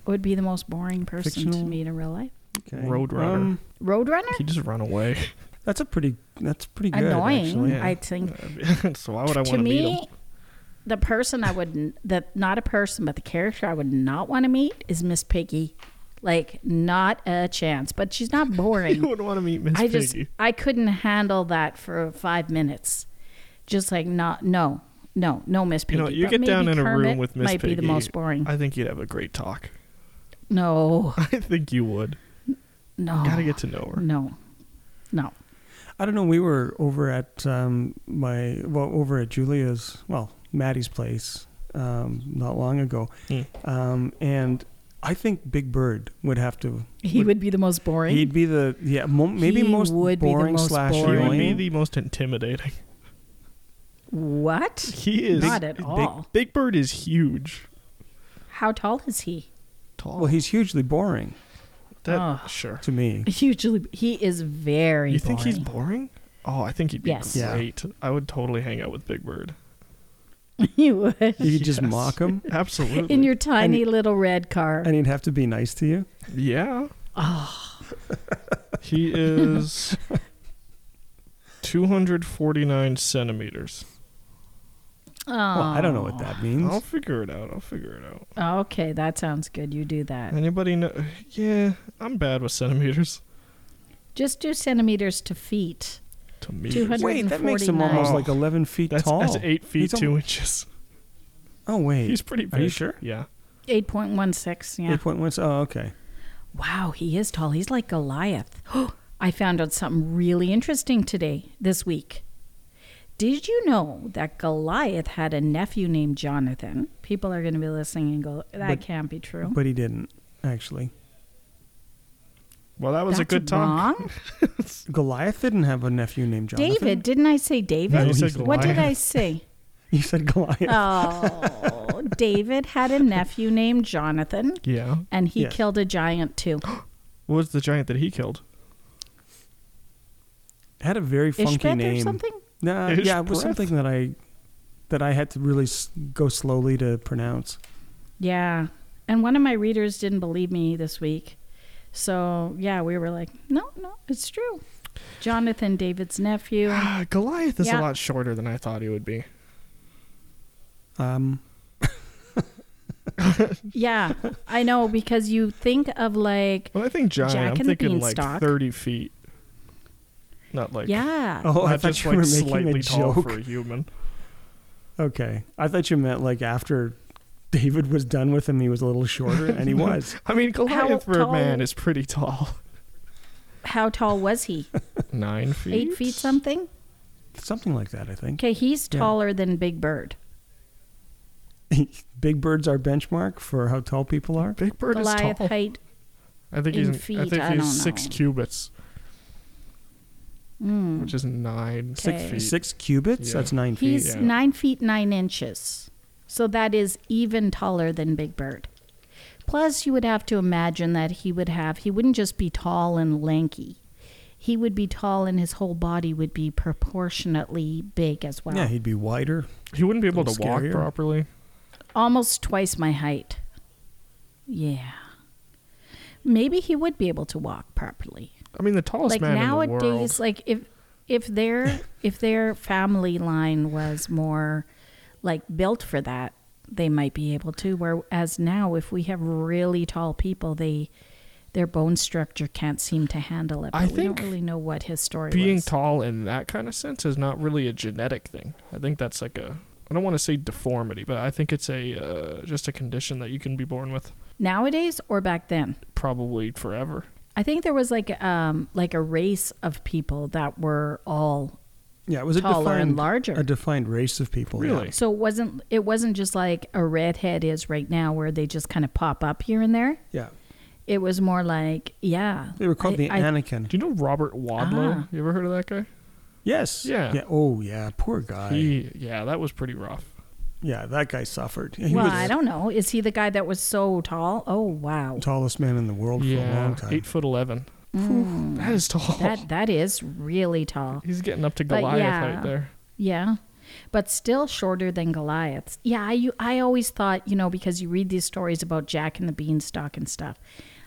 [SPEAKER 1] Would be the most boring person
[SPEAKER 2] Fictional?
[SPEAKER 1] to meet in real life.
[SPEAKER 2] Okay.
[SPEAKER 3] Roadrunner.
[SPEAKER 2] Um,
[SPEAKER 1] Roadrunner?
[SPEAKER 3] He just run away.
[SPEAKER 2] that's a pretty. That's pretty good.
[SPEAKER 1] Annoying,
[SPEAKER 2] Actually.
[SPEAKER 3] Yeah.
[SPEAKER 1] I think.
[SPEAKER 3] so why would I
[SPEAKER 1] to
[SPEAKER 3] want to meet him?
[SPEAKER 1] me, the person I would n- the not a person, but the character I would not want to meet is Miss Piggy. Like not a chance. But she's not
[SPEAKER 3] You
[SPEAKER 1] boring.
[SPEAKER 3] would want to meet Miss
[SPEAKER 1] I
[SPEAKER 3] Piggy.
[SPEAKER 1] just I couldn't handle that for five minutes. Just like not no. No, no, Miss
[SPEAKER 3] You
[SPEAKER 1] Piggy.
[SPEAKER 3] know, you
[SPEAKER 1] But
[SPEAKER 3] get down
[SPEAKER 1] maybe
[SPEAKER 3] in a room
[SPEAKER 1] Kermit
[SPEAKER 3] with Miss
[SPEAKER 1] Might be the
[SPEAKER 3] Piggy.
[SPEAKER 1] most boring.
[SPEAKER 3] I think you'd have a great talk.
[SPEAKER 1] no,
[SPEAKER 3] I think you would.
[SPEAKER 1] no.
[SPEAKER 3] Gotta get to know her.
[SPEAKER 1] No, no.
[SPEAKER 2] I don't know. We were over at um, my well, over at Julia's, well, Maddie's place, um, not long ago,
[SPEAKER 3] Hmm.
[SPEAKER 2] um, and I think Big Bird would have to.
[SPEAKER 1] He would be the most boring.
[SPEAKER 2] He'd be the yeah, mo- maybe
[SPEAKER 1] He
[SPEAKER 2] most
[SPEAKER 1] would be the
[SPEAKER 2] boring
[SPEAKER 1] most
[SPEAKER 2] slash
[SPEAKER 1] boring.
[SPEAKER 3] She would be
[SPEAKER 2] annoying.
[SPEAKER 3] the most intimidating.
[SPEAKER 1] what?
[SPEAKER 3] He is
[SPEAKER 1] Not at all.
[SPEAKER 3] Big, Big Bird is huge.
[SPEAKER 1] How tall is he?
[SPEAKER 3] Tall.
[SPEAKER 2] well, he's hugely boring
[SPEAKER 3] that,
[SPEAKER 1] Ugh.
[SPEAKER 3] sure.
[SPEAKER 2] to me.
[SPEAKER 1] Hugely. He is very.
[SPEAKER 3] You think he's
[SPEAKER 1] boring.
[SPEAKER 3] boring? Oh, I think he'd be
[SPEAKER 1] Yes.
[SPEAKER 2] Yeah.
[SPEAKER 3] great. I would totally hang out with Big Bird.
[SPEAKER 1] you would
[SPEAKER 2] You could just
[SPEAKER 3] Yes.
[SPEAKER 2] mock him,
[SPEAKER 3] Absolutely.
[SPEAKER 1] in your tiny little red car.
[SPEAKER 2] and he'd have to be nice to you.
[SPEAKER 3] yeah.
[SPEAKER 1] Ah.
[SPEAKER 3] he is 249 centimeters.
[SPEAKER 2] Well, I don't know what that means.
[SPEAKER 3] I'll figure it out. I'll figure it out.
[SPEAKER 1] Oh, okay, that sounds good. You do that.
[SPEAKER 3] Anybody know? Yeah, I'm bad with centimeters.
[SPEAKER 1] Just do centimeters to feet.
[SPEAKER 3] To me,
[SPEAKER 1] 200
[SPEAKER 2] Wait, that makes him almost
[SPEAKER 3] 149.
[SPEAKER 2] like eleven feet
[SPEAKER 3] that's,
[SPEAKER 2] tall.
[SPEAKER 3] that's eight feet
[SPEAKER 2] He's al-
[SPEAKER 3] two inches.
[SPEAKER 2] Oh wait,
[SPEAKER 3] He's pretty big.
[SPEAKER 2] Are you sure?
[SPEAKER 3] Yeah.
[SPEAKER 1] Eight point one six. Yeah.
[SPEAKER 2] eight point one. Oh okay.
[SPEAKER 1] Wow, he is tall. He's like Goliath. I found out something really interesting today, this week. Did you know that Goliath had a nephew named Jonathan? People are going to be listening and go, that
[SPEAKER 2] But-
[SPEAKER 1] can't be true.
[SPEAKER 2] But he didn't actually.
[SPEAKER 3] Well, that was a
[SPEAKER 1] That's
[SPEAKER 3] good talk.
[SPEAKER 1] wrong.
[SPEAKER 2] Goliath didn't have a nephew named Jonathan.
[SPEAKER 1] David, didn't I say
[SPEAKER 3] No,
[SPEAKER 1] David?
[SPEAKER 3] you
[SPEAKER 2] What
[SPEAKER 3] said
[SPEAKER 1] what did I
[SPEAKER 3] Goliath.
[SPEAKER 1] say?
[SPEAKER 2] You said Goliath.
[SPEAKER 1] Uh, Oh, David had a nephew named Jonathan,
[SPEAKER 3] Yeah.
[SPEAKER 1] and he
[SPEAKER 2] Yes.
[SPEAKER 1] killed a giant too.
[SPEAKER 3] What was the giant that he killed?
[SPEAKER 2] had a very funky
[SPEAKER 1] Ishbet
[SPEAKER 2] name.
[SPEAKER 1] or something?
[SPEAKER 2] Nah,
[SPEAKER 3] Ish
[SPEAKER 2] yeah, it was
[SPEAKER 3] breath?
[SPEAKER 2] something that I that I had to really s- go slowly to pronounce.
[SPEAKER 1] Yeah. And one of my readers didn't believe me this week. So, yeah, we were like, no, no, it's true. Jonathan, David's nephew.
[SPEAKER 3] Ah, Goliath is
[SPEAKER 1] Yeah.
[SPEAKER 3] a lot shorter than I thought he would be.
[SPEAKER 2] Um,
[SPEAKER 1] Yeah, I know because you think of like,
[SPEAKER 3] When I think giant,
[SPEAKER 1] Jack
[SPEAKER 3] I'm
[SPEAKER 1] and the
[SPEAKER 3] thinking like
[SPEAKER 1] Beanstalk.
[SPEAKER 3] 30 feet. Not like
[SPEAKER 1] yeah.
[SPEAKER 2] oh, I
[SPEAKER 3] not
[SPEAKER 2] thought
[SPEAKER 3] just
[SPEAKER 2] you
[SPEAKER 3] like
[SPEAKER 2] were
[SPEAKER 3] slightly
[SPEAKER 2] making a
[SPEAKER 3] tall
[SPEAKER 2] joke.
[SPEAKER 3] for a human.
[SPEAKER 2] Okay, I thought you meant like after David was done with him, he was a little shorter, and he was.
[SPEAKER 3] I mean, Goliath for a
[SPEAKER 1] tall-
[SPEAKER 3] man is pretty tall.
[SPEAKER 1] How tall was he?
[SPEAKER 3] Nine feet.
[SPEAKER 1] Eight feet something?
[SPEAKER 2] Something like that, I think.
[SPEAKER 1] Okay, he's
[SPEAKER 2] Yeah.
[SPEAKER 1] taller than Big Bird.
[SPEAKER 2] Big Bird's our benchmark for how tall people are.
[SPEAKER 3] Big bird
[SPEAKER 1] Goliath
[SPEAKER 3] is tall.
[SPEAKER 1] height.
[SPEAKER 3] I think
[SPEAKER 1] in
[SPEAKER 3] he's.
[SPEAKER 1] feet,
[SPEAKER 3] I think
[SPEAKER 1] I
[SPEAKER 3] he's
[SPEAKER 1] don't
[SPEAKER 3] six
[SPEAKER 1] know.
[SPEAKER 3] cubits,
[SPEAKER 1] Mm.
[SPEAKER 3] which is nine.
[SPEAKER 1] Okay.
[SPEAKER 3] Six feet.
[SPEAKER 2] Six cubits.
[SPEAKER 3] Yeah.
[SPEAKER 2] That's nine feet.
[SPEAKER 1] He's
[SPEAKER 3] yeah.
[SPEAKER 1] nine feet nine inches. So that is even taller than Big Bird. Plus, you would have to imagine that he would have, he wouldn't just be tall and lanky. He would be tall and his whole body would be proportionately big as well.
[SPEAKER 2] Yeah, he'd be wider.
[SPEAKER 3] He wouldn't be able to
[SPEAKER 2] Little
[SPEAKER 3] walk
[SPEAKER 2] scarier.
[SPEAKER 3] properly.
[SPEAKER 1] Almost twice my height. Yeah. Maybe he would be able to walk properly.
[SPEAKER 3] I mean, the tallest
[SPEAKER 1] like
[SPEAKER 3] man
[SPEAKER 1] nowadays
[SPEAKER 3] in the world.
[SPEAKER 1] like if if their if their family line was more like built for that they might be able to whereas now if we have really tall people they their bone structure can't seem to handle it but
[SPEAKER 3] I
[SPEAKER 1] we don't
[SPEAKER 3] think
[SPEAKER 1] really know what his story
[SPEAKER 3] Being
[SPEAKER 1] was.
[SPEAKER 3] tall in that kind of sense is not really a genetic thing. I think that's like a. I don't want to say deformity, but I think it's a uh, just a condition that you can be born with
[SPEAKER 1] nowadays or back then
[SPEAKER 3] probably forever.
[SPEAKER 1] i think there was like um like a race of people that were all
[SPEAKER 2] Yeah, it was a
[SPEAKER 1] Taller and
[SPEAKER 2] defined
[SPEAKER 1] larger.
[SPEAKER 2] a defined race of people. yeah.
[SPEAKER 3] Really?
[SPEAKER 1] so it wasn't it wasn't just like a redhead is right now where they just kind of pop up here and there
[SPEAKER 2] Yeah,
[SPEAKER 1] It was more like, yeah.
[SPEAKER 2] they were called
[SPEAKER 1] I-
[SPEAKER 2] the
[SPEAKER 1] I-
[SPEAKER 2] Anakin.
[SPEAKER 3] Do you know Robert Wadlow?
[SPEAKER 1] Ah.
[SPEAKER 3] You ever heard of that guy?
[SPEAKER 2] Yes.
[SPEAKER 3] Yeah.
[SPEAKER 2] Oh, yeah. Poor guy.
[SPEAKER 3] He, yeah, that was pretty rough.
[SPEAKER 2] yeah, that guy suffered. He
[SPEAKER 1] Well,
[SPEAKER 2] was
[SPEAKER 1] I don't know. Is he the guy that was so tall? Oh wow,
[SPEAKER 2] the tallest man in the
[SPEAKER 3] Oh,
[SPEAKER 2] world for a
[SPEAKER 3] yeah,
[SPEAKER 2] long time.
[SPEAKER 3] eight foot eleven. That is tall.
[SPEAKER 1] Mm. that that is really tall.
[SPEAKER 3] He's getting up to
[SPEAKER 1] But
[SPEAKER 3] Goliath
[SPEAKER 1] yeah.
[SPEAKER 3] right there.
[SPEAKER 1] Yeah, but still shorter than Goliath's. Yeah, I you, I always thought you know because you read these stories about Jack and the Beanstalk and stuff.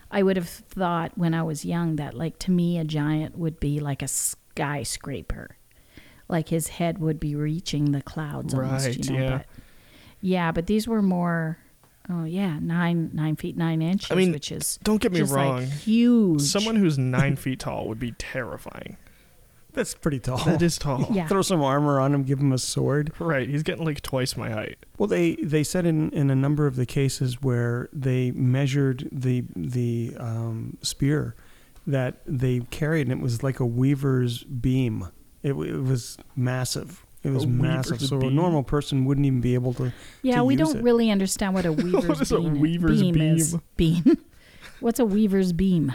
[SPEAKER 1] I would have thought when I was young that like to me a giant would be like a skyscraper, like his head would be reaching the clouds.
[SPEAKER 3] Right,
[SPEAKER 1] Almost, you know,
[SPEAKER 3] yeah.
[SPEAKER 1] But, yeah, but these were more. Oh yeah, nine nine feet nine inches,
[SPEAKER 3] I mean,
[SPEAKER 1] which is
[SPEAKER 3] Don't get me
[SPEAKER 1] just
[SPEAKER 3] wrong.
[SPEAKER 1] like huge.
[SPEAKER 3] Someone who's nine feet tall would be terrifying.
[SPEAKER 2] That's pretty tall.
[SPEAKER 3] That is tall.
[SPEAKER 1] Oh. Yeah.
[SPEAKER 2] Throw some armor on him, give him a sword.
[SPEAKER 3] Right. He's getting like twice my height.
[SPEAKER 2] Well, they, they said in, in a number of the cases where they measured the the um, spear that they carried, and it was like a weaver's beam. It, w- it was massive. It was
[SPEAKER 3] A
[SPEAKER 2] massive.
[SPEAKER 3] weaver's
[SPEAKER 2] So a
[SPEAKER 3] beam?
[SPEAKER 2] normal person wouldn't even be able to.
[SPEAKER 1] Yeah,
[SPEAKER 2] to
[SPEAKER 1] we
[SPEAKER 2] use
[SPEAKER 1] don't
[SPEAKER 2] it.
[SPEAKER 1] really understand what a weaver's
[SPEAKER 3] is a
[SPEAKER 1] beam
[SPEAKER 3] weaver's
[SPEAKER 1] beam is. Beam. What's a weaver's beam?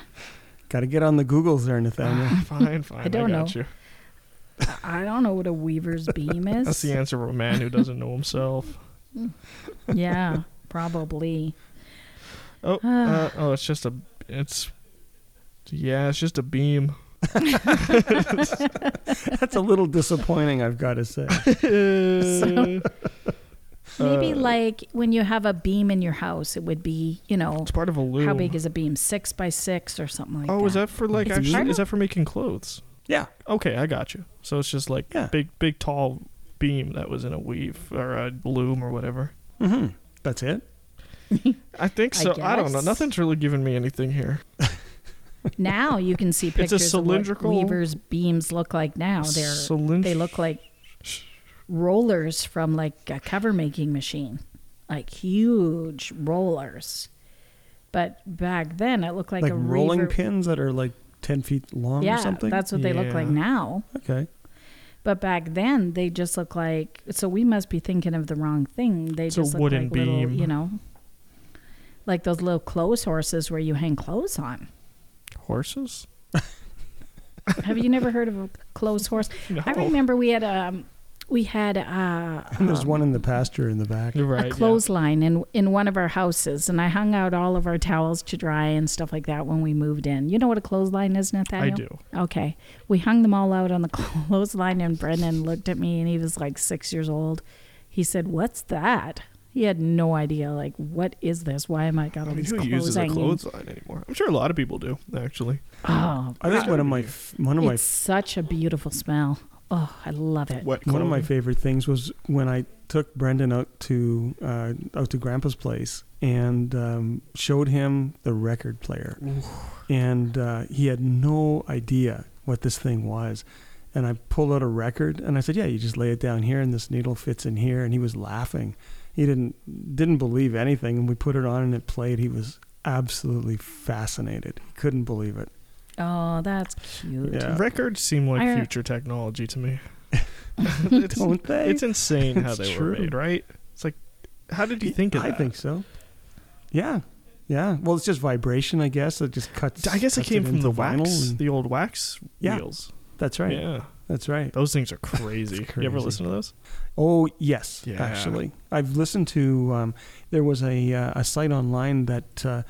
[SPEAKER 2] Got to get on the Googles there, Nathaniel.
[SPEAKER 3] Fine, fine. I,
[SPEAKER 1] don't
[SPEAKER 3] got
[SPEAKER 1] know.
[SPEAKER 3] you.
[SPEAKER 1] I don't know what a weaver's beam
[SPEAKER 3] That's
[SPEAKER 1] is.
[SPEAKER 3] the answer for a man who doesn't know himself.
[SPEAKER 1] yeah, probably.
[SPEAKER 3] Oh, uh, oh, it's just a, it's, yeah, it's just a beam.
[SPEAKER 2] That's a little disappointing, I've got to say.
[SPEAKER 3] So,
[SPEAKER 1] Maybe
[SPEAKER 3] Uh,
[SPEAKER 1] like when you have a beam in your house, it would be, you know,
[SPEAKER 3] it's part of a loom.
[SPEAKER 1] how big is a beam? Six by six or something like that.
[SPEAKER 3] Oh, is that for like
[SPEAKER 1] It's part
[SPEAKER 3] actually? Is
[SPEAKER 1] of-
[SPEAKER 3] that for making clothes?
[SPEAKER 2] Yeah.
[SPEAKER 3] Okay, I got you. So it's just like
[SPEAKER 2] Yeah.
[SPEAKER 3] big, big, tall beam that was in a weave or a loom or whatever.
[SPEAKER 2] hmm That's it.
[SPEAKER 3] I think
[SPEAKER 1] I
[SPEAKER 3] so. I, don't know.
[SPEAKER 1] guess.
[SPEAKER 3] Nothing's really giving me anything here.
[SPEAKER 1] Now you can see pictures
[SPEAKER 3] cylindrical-
[SPEAKER 1] of what weaver's beams look like now. They're
[SPEAKER 3] Cylindr-
[SPEAKER 1] they look like rollers from like a cover making machine. Like huge rollers. But back then it looked like,
[SPEAKER 2] Like
[SPEAKER 1] a
[SPEAKER 2] rolling
[SPEAKER 1] reaver-
[SPEAKER 2] pins that are like 10 feet long
[SPEAKER 1] Yeah,
[SPEAKER 2] or something?
[SPEAKER 1] that's what they look like
[SPEAKER 3] Yeah.
[SPEAKER 1] now.
[SPEAKER 2] okay.
[SPEAKER 1] But back then, they just look like. So we must be thinking of the wrong thing. They
[SPEAKER 3] It's a
[SPEAKER 1] just look
[SPEAKER 3] wooden
[SPEAKER 1] like little,
[SPEAKER 3] beam.
[SPEAKER 1] you know, like those little clothes horses where you hang clothes on.
[SPEAKER 3] horses.
[SPEAKER 1] Have you never heard of a clothes horse?
[SPEAKER 3] No.
[SPEAKER 1] I remember we had um, we had uh,
[SPEAKER 2] And Oh. there's one in the pasture in the back.
[SPEAKER 3] You're right.
[SPEAKER 1] a
[SPEAKER 3] yeah.
[SPEAKER 1] clothesline in in one of our houses, and I hung out all of our towels to dry and stuff like that when we moved in. You know what a clothesline is,
[SPEAKER 3] I
[SPEAKER 1] Nathaniel?
[SPEAKER 3] do.
[SPEAKER 1] Okay. We hung them all out on the clothesline, and Brendan looked at me, and he was like six years old. He said, "What's that?" He had no idea. Like, what is this? Why am I got all
[SPEAKER 3] I mean,
[SPEAKER 1] these
[SPEAKER 3] who
[SPEAKER 1] clothes
[SPEAKER 3] uses a
[SPEAKER 1] hanging?
[SPEAKER 3] clothesline anymore? I'm sure a lot of people do actually.
[SPEAKER 1] Oh,
[SPEAKER 2] I think one of my f- one of my
[SPEAKER 1] it's such a beautiful smell. Oh, I love it.
[SPEAKER 3] Wet
[SPEAKER 2] one of my
[SPEAKER 3] clothing.
[SPEAKER 2] favorite things was when I took Brendan out to uh, out to Grandpa's place and um, showed him the record player, and uh, he had no idea what this thing was. And I pulled out a record and I said, "Yeah, you just lay it down here, and this needle fits in here." And he was laughing. He didn't didn't believe anything, and we put it on and it played. He was absolutely fascinated. He couldn't believe it.
[SPEAKER 1] Oh, that's cute.
[SPEAKER 2] Yeah.
[SPEAKER 3] Records seem like
[SPEAKER 1] I-
[SPEAKER 3] future technology to me. it's,
[SPEAKER 2] Don't they?
[SPEAKER 3] it's insane how
[SPEAKER 2] It's
[SPEAKER 3] they
[SPEAKER 2] true.
[SPEAKER 3] were made, right? It's like, how did you think of
[SPEAKER 2] I
[SPEAKER 3] that?
[SPEAKER 2] think so. Yeah. Yeah. Well, it's just vibration, I guess. It just cuts.
[SPEAKER 3] I guess it
[SPEAKER 2] cuts
[SPEAKER 3] came from
[SPEAKER 2] into
[SPEAKER 3] the wax,
[SPEAKER 2] vinyl and-
[SPEAKER 3] the old wax
[SPEAKER 2] Yeah.
[SPEAKER 3] wheels.
[SPEAKER 2] that's right.
[SPEAKER 3] Yeah,
[SPEAKER 2] That's right.
[SPEAKER 3] those things are crazy. You ever
[SPEAKER 2] crazy.
[SPEAKER 3] listen to those?
[SPEAKER 2] Oh yes,
[SPEAKER 3] Yeah.
[SPEAKER 2] actually, I've listened to. Um, there was a uh, a site online that uh,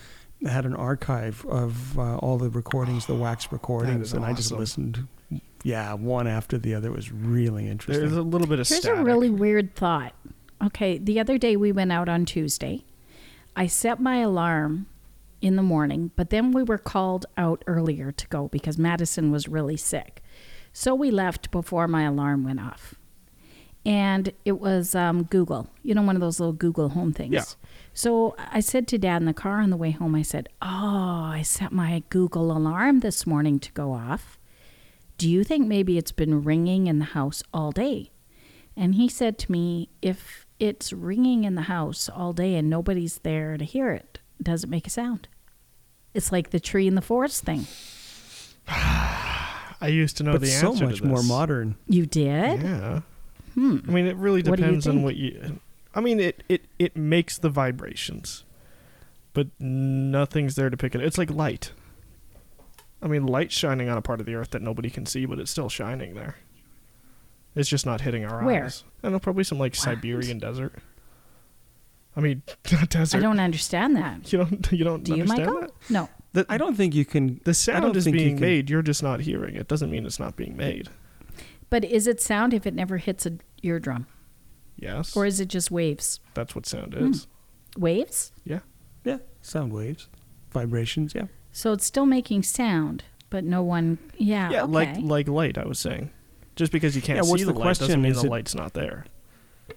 [SPEAKER 2] had an archive of uh, all the recordings, the wax recordings,
[SPEAKER 3] is
[SPEAKER 2] and I just
[SPEAKER 3] awesome.
[SPEAKER 2] listened. Yeah, one after the other It was really
[SPEAKER 3] There's
[SPEAKER 2] interesting.
[SPEAKER 3] a little bit of
[SPEAKER 1] Here's
[SPEAKER 3] static.
[SPEAKER 1] a really weird thought. Okay, the other day we went out on Tuesday. I set my alarm in the morning, but then we were called out earlier to go because Madison was really sick. So we left before my alarm went off. And it was um, Google, you know, one of those little Google home things.
[SPEAKER 3] Yeah.
[SPEAKER 1] So I said to dad in the car on the way home, I said, Oh, I set my Google alarm this morning to go off. Do you think maybe it's been ringing in the house all day? And he said to me, If it's ringing in the house all day and nobody's there to hear it, does it make a sound? It's like the tree in the forest thing.
[SPEAKER 3] I used to know
[SPEAKER 2] but
[SPEAKER 3] the
[SPEAKER 2] so
[SPEAKER 3] answer
[SPEAKER 2] much
[SPEAKER 3] to this.
[SPEAKER 2] more modern.
[SPEAKER 1] You did?
[SPEAKER 3] Yeah.
[SPEAKER 1] Hmm.
[SPEAKER 3] I mean, it really
[SPEAKER 1] What do you
[SPEAKER 3] depends on
[SPEAKER 1] think?
[SPEAKER 3] what you. I mean, it, it it makes the vibrations, but nothing's there to pick it. It's like light. I mean, light shining on a part of the earth that nobody can see, but it's still shining there. It's just not hitting our
[SPEAKER 1] Where?
[SPEAKER 3] eyes. I don't know, probably some like Siberian desert. I mean, not desert.
[SPEAKER 1] I don't understand that.
[SPEAKER 3] You don't. You don't
[SPEAKER 1] Do you,
[SPEAKER 3] understand
[SPEAKER 1] Michael?
[SPEAKER 3] that.
[SPEAKER 1] No.
[SPEAKER 3] The,
[SPEAKER 2] I don't think you can.
[SPEAKER 3] the
[SPEAKER 2] I don't
[SPEAKER 3] sound is
[SPEAKER 2] think you
[SPEAKER 3] being
[SPEAKER 2] can-
[SPEAKER 3] made. You're just not hearing it. Doesn't mean it's not being made.
[SPEAKER 1] But is it sound if it never hits a eardrum?
[SPEAKER 3] Yes.
[SPEAKER 1] Or is Hmm. it just waves?
[SPEAKER 3] that's what sound is.
[SPEAKER 1] Waves?
[SPEAKER 3] Yeah.
[SPEAKER 2] Yeah, sound waves, vibrations. Yeah.
[SPEAKER 1] So it's still making sound, but no one. Yeah.
[SPEAKER 3] yeah,
[SPEAKER 1] Ah, okay.
[SPEAKER 3] like like light. I was saying, just because you can't
[SPEAKER 2] Yeah,
[SPEAKER 3] see
[SPEAKER 2] what's
[SPEAKER 3] the,
[SPEAKER 2] the
[SPEAKER 3] light doesn't
[SPEAKER 2] question?
[SPEAKER 3] mean
[SPEAKER 2] Is
[SPEAKER 3] the
[SPEAKER 2] it-
[SPEAKER 3] light's not there.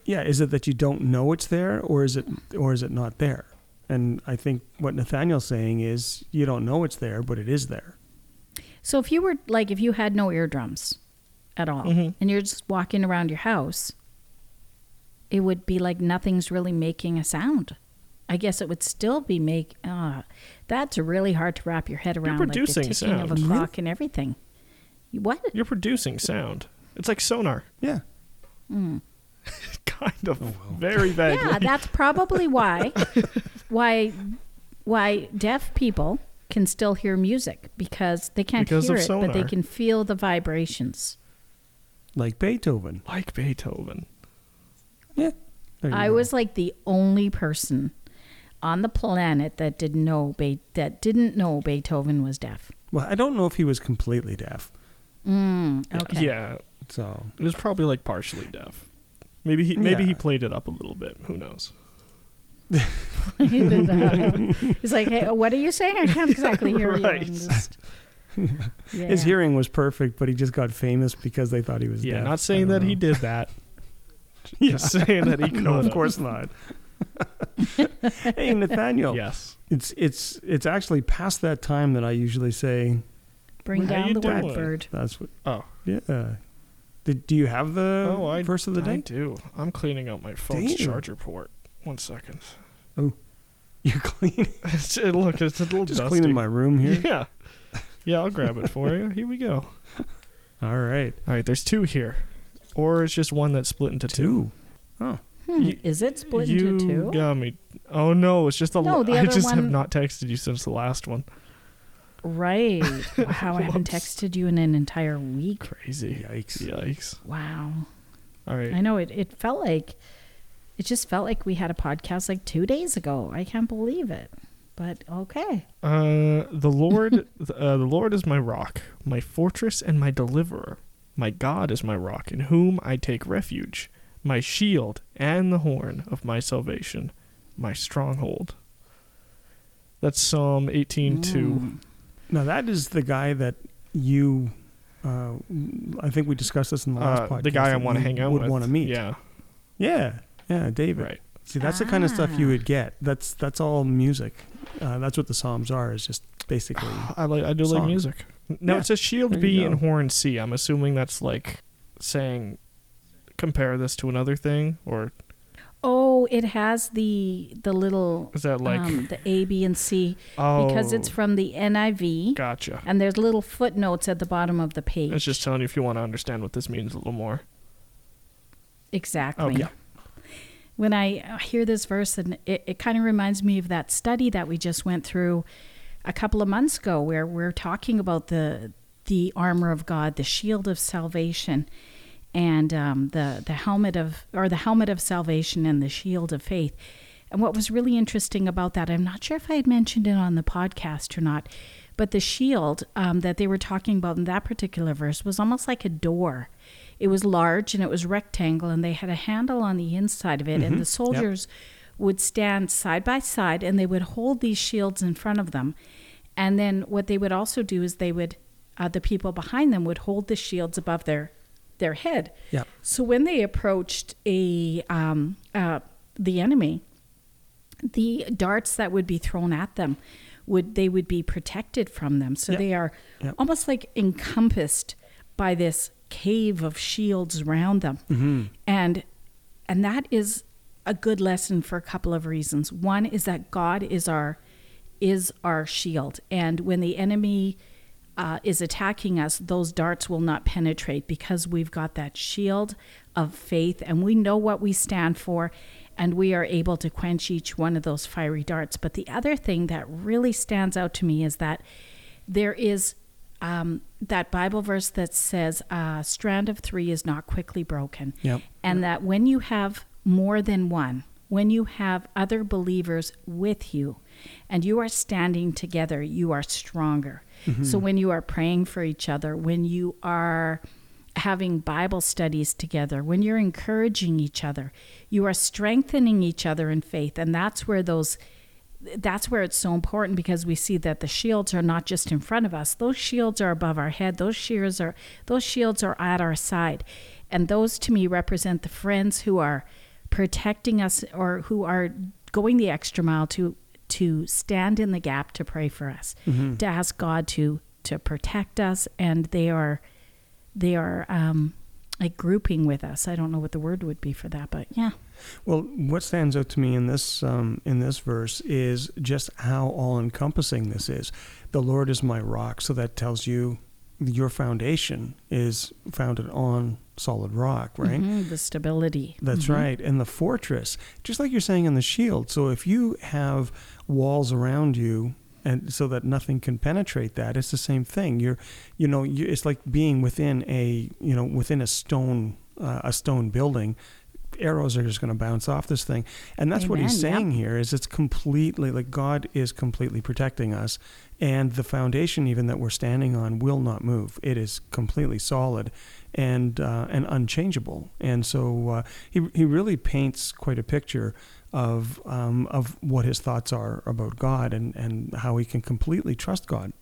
[SPEAKER 2] yeah is it that you don't know it's there or is it or is it not there and i think what nathaniel's saying is you don't know it's there but it is there
[SPEAKER 1] so if you were like, if you had no eardrums at all
[SPEAKER 3] Mhm.
[SPEAKER 1] and you're just walking around your house, it would be like nothing's really making a sound. I guess it would still be make. Uh, that's really hard to wrap your head around.
[SPEAKER 3] producing
[SPEAKER 1] like the ticking of a
[SPEAKER 3] sound.
[SPEAKER 1] clock and everything. What?
[SPEAKER 3] You're producing sound. It's like sonar,
[SPEAKER 2] Yeah.
[SPEAKER 3] kind
[SPEAKER 2] Oh,
[SPEAKER 3] of, very vaguely.
[SPEAKER 1] Yeah, that's probably why why why deaf people can still hear music because they can't
[SPEAKER 3] Because of
[SPEAKER 1] hear it, but they can
[SPEAKER 3] sonar.
[SPEAKER 1] feel the vibrations.
[SPEAKER 2] Like Beethoven.
[SPEAKER 3] like Beethoven.
[SPEAKER 2] Yeah. There you
[SPEAKER 1] I
[SPEAKER 2] go.
[SPEAKER 1] was like the only person on the planet that didn't know Be- that didn't know Beethoven was deaf.
[SPEAKER 2] Well, I don't know if he was completely deaf.
[SPEAKER 1] Mm, okay.
[SPEAKER 3] Yeah,
[SPEAKER 2] So
[SPEAKER 3] it was probably like partially deaf. Maybe he maybe he
[SPEAKER 2] Yeah.
[SPEAKER 3] played it up a little bit. Who knows?
[SPEAKER 1] He's like, hey, what are you saying? I can't exactly hear you.
[SPEAKER 3] Right.
[SPEAKER 1] I'm just- yeah.
[SPEAKER 2] his hearing was perfect, but he just got famous because they thought he was
[SPEAKER 3] Yeah,
[SPEAKER 2] deaf.
[SPEAKER 3] not
[SPEAKER 2] I
[SPEAKER 3] saying
[SPEAKER 2] don't
[SPEAKER 3] that he
[SPEAKER 2] know.
[SPEAKER 3] did that.
[SPEAKER 2] Yeah.
[SPEAKER 3] Just saying that he could.
[SPEAKER 2] No, of course not. hey, Nathaniel.
[SPEAKER 3] Yes.
[SPEAKER 2] It's it's it's actually past that time that I usually say
[SPEAKER 1] Bring
[SPEAKER 3] How
[SPEAKER 1] down
[SPEAKER 3] you
[SPEAKER 1] the
[SPEAKER 3] doing?
[SPEAKER 1] word bird.
[SPEAKER 2] that's what
[SPEAKER 3] Oh.
[SPEAKER 2] yeah. Did, do you have the
[SPEAKER 3] Oh, I,
[SPEAKER 2] verse of the
[SPEAKER 3] I
[SPEAKER 2] day?
[SPEAKER 3] do. I'm cleaning out my phone's
[SPEAKER 2] Damn.
[SPEAKER 3] charger port. One second.
[SPEAKER 2] You're cleaning
[SPEAKER 3] It's- it- look, it's a little
[SPEAKER 2] just
[SPEAKER 3] dusty.
[SPEAKER 2] cleaning my room here.
[SPEAKER 3] Yeah. Yeah, I'll grab it for you. Here we go.
[SPEAKER 2] All right.
[SPEAKER 3] All right, there's two here. Or it's just one that's split into two.
[SPEAKER 2] Two. Oh.
[SPEAKER 1] Hmm,
[SPEAKER 3] You-
[SPEAKER 1] is it split
[SPEAKER 3] you
[SPEAKER 1] into two?
[SPEAKER 3] got me. Oh no, it's just a.
[SPEAKER 1] No,
[SPEAKER 3] l-
[SPEAKER 1] the
[SPEAKER 3] I
[SPEAKER 1] other
[SPEAKER 3] just have
[SPEAKER 1] one-
[SPEAKER 3] not texted you since the last one.
[SPEAKER 1] Right. Wow, I haven't
[SPEAKER 3] Whoops.
[SPEAKER 1] texted you in an entire week.
[SPEAKER 3] Crazy.
[SPEAKER 2] Yikes.
[SPEAKER 3] Yikes.
[SPEAKER 1] Wow.
[SPEAKER 3] All right.
[SPEAKER 1] I know it, it felt like it just felt like we had a podcast like two days ago. I can't believe it. But okay.
[SPEAKER 3] Uh, the Lord, th- uh, the Lord is my rock, my fortress and my deliverer. My God is my rock, in whom I take refuge, my shield and the horn of my salvation, my stronghold. That's Psalm eighteen two.
[SPEAKER 1] Mm.
[SPEAKER 2] Now that is the guy that you. Uh, I think we discussed this in the last
[SPEAKER 3] Uh,
[SPEAKER 2] podcast.
[SPEAKER 3] the guy I
[SPEAKER 2] that
[SPEAKER 3] want to
[SPEAKER 2] you
[SPEAKER 3] hang out
[SPEAKER 2] would
[SPEAKER 3] with.
[SPEAKER 2] want to meet.
[SPEAKER 3] Yeah,
[SPEAKER 2] Yeah, yeah, David.
[SPEAKER 3] right.
[SPEAKER 2] See, that's the kind of stuff you
[SPEAKER 1] Ah.
[SPEAKER 2] would get. That's that's all music. Uh, that's what the Psalms are. Is just basically.
[SPEAKER 3] I like. I do like
[SPEAKER 2] Songs.
[SPEAKER 3] music. Now
[SPEAKER 2] Yeah,
[SPEAKER 3] it says shield
[SPEAKER 2] there
[SPEAKER 3] B
[SPEAKER 2] you
[SPEAKER 3] and
[SPEAKER 2] go.
[SPEAKER 3] horn C. I'm assuming that's like saying compare this to another thing, or
[SPEAKER 1] Oh, it has the the little
[SPEAKER 3] is that like
[SPEAKER 1] um, the A, B, and C
[SPEAKER 3] oh
[SPEAKER 1] because it's from the NIV,
[SPEAKER 3] gotcha.
[SPEAKER 1] and there's little footnotes at the bottom of the page.
[SPEAKER 3] It's just telling you if you want to understand what this means a little more.
[SPEAKER 1] Exactly.
[SPEAKER 3] Okay.
[SPEAKER 1] When I hear this verse, and it, it kind of reminds me of that study that we just went through a couple of months ago, where we're talking about the the armor of God, the shield of salvation, and um, the the helmet of or the helmet of salvation and the shield of faith. And what was really interesting about that, I'm not sure if I had mentioned it on the podcast or not, but the shield um, that they were talking about in that particular verse was almost like a door. It was large and it was rectangle, and they had a handle on the inside of it, and the soldiers would stand side by side and they would hold these shields in front of them. And then what they would also do is they would, uh, the people behind them would hold the shields above their their head.
[SPEAKER 2] Yeah.
[SPEAKER 1] So when they approached a um, uh, the enemy, the darts that would be thrown at them would they would be protected from them. So
[SPEAKER 2] Yep.
[SPEAKER 1] they are
[SPEAKER 2] Yep.
[SPEAKER 1] almost like encompassed by this cave of shields around them.
[SPEAKER 2] Mm-hmm.
[SPEAKER 1] And and that is a good lesson for a couple of reasons. One is that God is our is our shield, and when the enemy uh, is attacking us, those darts will not penetrate because we've got that shield of faith, and we know what we stand for, and we are able to quench each one of those fiery darts. But the other thing that really stands out to me is that there is um, that Bible verse that says, uh, "Strand of three is not quickly broken."
[SPEAKER 2] Yep.
[SPEAKER 1] and that when you have more than one, when you have other believers with you and you are standing together, you are stronger. So when you are praying for each other, when you are having Bible studies together, when you're encouraging each other, you are strengthening each other in faith. And that's where those that's where it's so important because we see that the shields are not just in front of us those shields are above our head those shields are those shields are at our side and those to me represent the friends who are protecting us or who are going the extra mile to to stand in the gap
[SPEAKER 2] Mm-hmm. Hmm.
[SPEAKER 1] to pray for us to ask god to to protect us and they are they are um, like grouping with us. I don't know what the word would be for that, but yeah.
[SPEAKER 2] Well, what stands out to me in this um, in this verse is just how all encompassing this is. The Lord is my rock, so that tells you your foundation is founded on solid rock, right?
[SPEAKER 1] Mhm, the stability.
[SPEAKER 2] That's
[SPEAKER 1] Mhm.
[SPEAKER 2] right. And the fortress, just like you're saying in the shield. So if you have walls around you and so that nothing can penetrate that, it's the same thing. You're, you know, you, it's like being within a, you know, within a stone, uh, a stone building. Arrows are just going to bounce off this thing. And that's what he's
[SPEAKER 1] Amen, yep.
[SPEAKER 2] saying here is it's completely like God is completely protecting us and the foundation even that we're standing on will not move. It is completely solid and uh, and unchangeable. And so uh, he he really paints quite a picture of um, of what his thoughts are about God and and how he can completely trust God.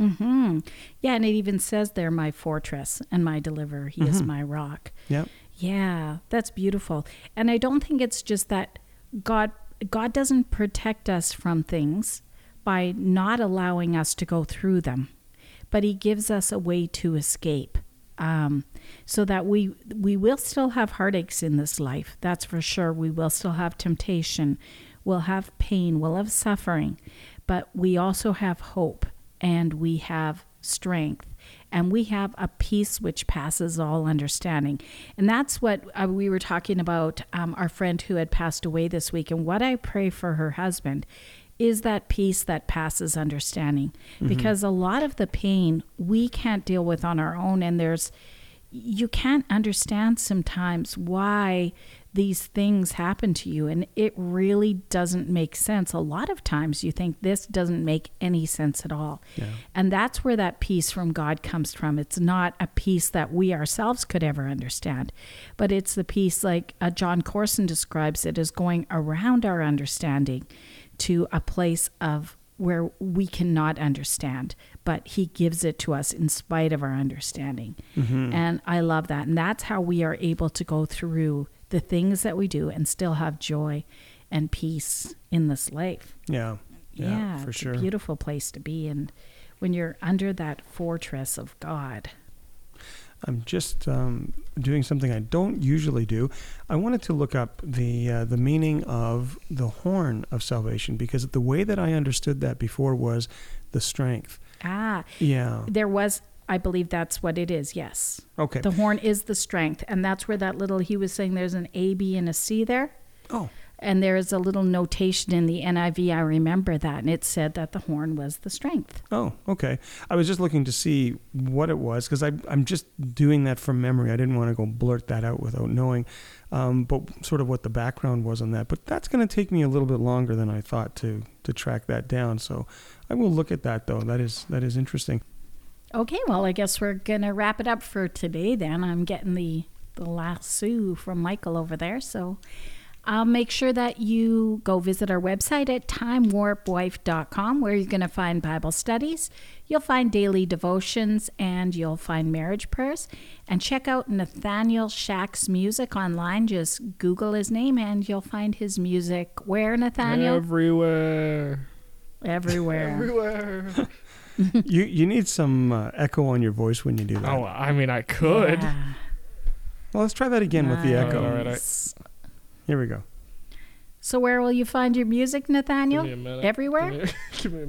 [SPEAKER 1] hmm Yeah, and it even says there, my fortress and my deliverer. He is
[SPEAKER 2] Mhm.
[SPEAKER 1] my rock.
[SPEAKER 2] Yep.
[SPEAKER 1] Yeah, that's beautiful. And I don't think it's just that God God doesn't protect us from things by not allowing us to go through them, but He gives us a way to escape, um, so that we we will still have heartaches in this life. That's for sure. We will still have temptation, we'll have pain, we'll have suffering, but we also have hope and we have strength and we have a peace which passes all understanding. And that's what uh, we were talking about um, our friend who had passed away this week. And what I pray for her husband is that peace that passes understanding. Because a lot of the pain we can't deal with on our own. And there's, you can't understand sometimes why these things happen to you and it really doesn't make sense a lot of times you think this doesn't make any sense at all
[SPEAKER 2] Yeah.
[SPEAKER 1] and that's where that peace from god comes from it's not a peace that we ourselves could ever understand but it's the peace like uh, john corson describes it as going around our understanding to a place of where we cannot understand, but he gives it to us in spite of our understanding.
[SPEAKER 2] Mm-hmm. Mm.
[SPEAKER 1] And I love that. And that's how we are able to go through the things that we do and still have joy and peace in this life.
[SPEAKER 2] Yeah.
[SPEAKER 1] Yeah,
[SPEAKER 2] Yeah, for
[SPEAKER 1] it's
[SPEAKER 2] sure.
[SPEAKER 1] a beautiful place to be. And when you're under that fortress of God.
[SPEAKER 2] I'm just um, doing something I don't usually do. I wanted to look up the uh, the meaning of the horn of salvation because the way that I understood that before was the strength.
[SPEAKER 1] Ah,
[SPEAKER 2] Yeah.
[SPEAKER 1] there was, I believe that's what it is. Yes.
[SPEAKER 2] Okay.
[SPEAKER 1] The horn is the strength. And that's where that little, he was saying there's an A, B, and a C there.
[SPEAKER 2] oh.
[SPEAKER 1] And there is a little notation in the NIV, I remember that, and it said that the horn was the strength.
[SPEAKER 2] Oh, okay. I was just looking to see what it was because I'm just doing that from memory. I didn't want to go blurt that out without knowing, um, but sort of what the background was on that. But that's going to take me a little bit longer than I thought to to track that down. So I will look at that though. That is that is interesting.
[SPEAKER 1] Okay, well, I guess we're going to wrap it up for today then. I'm getting the, the lasso from Michael over there, so uh, make sure that you go visit our website at timewarpwife.com where you're going to find Bible studies, you'll find daily devotions, and you'll find marriage prayers. And check out Nathaniel Shack's music online. Just Google his name and you'll find his music. Where, Nathaniel?
[SPEAKER 3] Everywhere.
[SPEAKER 1] Everywhere.
[SPEAKER 3] Everywhere.
[SPEAKER 2] you you need some uh, echo on your voice when you do that.
[SPEAKER 3] oh, I mean, I could.
[SPEAKER 1] Yeah.
[SPEAKER 2] Well, let's try that again with the
[SPEAKER 3] All
[SPEAKER 2] echo.
[SPEAKER 3] right, all right.
[SPEAKER 1] Nice.
[SPEAKER 2] Here we go.
[SPEAKER 1] So where will you find your music,
[SPEAKER 3] Give
[SPEAKER 1] Nathaniel?
[SPEAKER 3] me a minute.
[SPEAKER 1] Everywhere?
[SPEAKER 3] Give me, give me a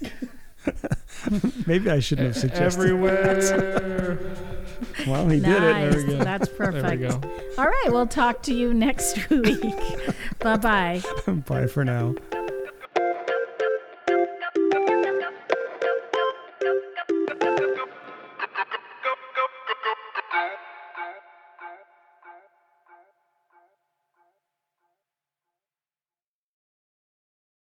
[SPEAKER 3] minute.
[SPEAKER 2] Maybe I shouldn't have suggested.
[SPEAKER 3] E-, Everywhere.
[SPEAKER 2] Well, he did it.
[SPEAKER 1] nice.
[SPEAKER 3] There we go.
[SPEAKER 1] That's perfect.
[SPEAKER 3] there we go.
[SPEAKER 1] All right, we'll talk to you next week. bye bye.
[SPEAKER 2] Bye for now.